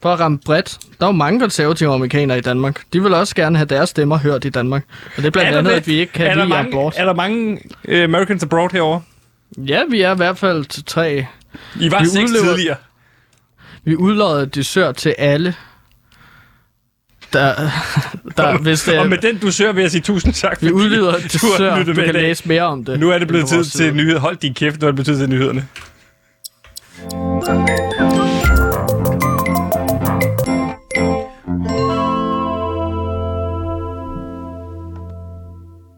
Speaker 2: For at ramme bredt, der er jo mange konservative amerikanere i Danmark. De vil også gerne have deres stemmer hørt i Danmark. Og det er blandt andet, at vi ikke kan
Speaker 1: er der
Speaker 2: lide
Speaker 1: mange,
Speaker 2: abort.
Speaker 1: Er der mange øh, Americans Abroad herovre?
Speaker 2: Ja, vi er i hvert fald til tre.
Speaker 1: I var
Speaker 2: Vi
Speaker 1: vi seks
Speaker 2: udlever-
Speaker 1: tidligere.
Speaker 2: Vi udlodder dessert til alle. Der, der, hvis det,
Speaker 1: Og med den du søger, vil jeg sige tusind tak,
Speaker 2: vi udleder
Speaker 1: du har
Speaker 2: dessert.
Speaker 1: lyttet
Speaker 2: Du
Speaker 1: med i
Speaker 2: kan
Speaker 1: dag.
Speaker 2: læse mere om det.
Speaker 1: Nu er det blevet
Speaker 2: inde på
Speaker 1: tid
Speaker 2: vores side.
Speaker 1: til nyheder. Hold din kæft, nu er det blevet tid til nyhederne.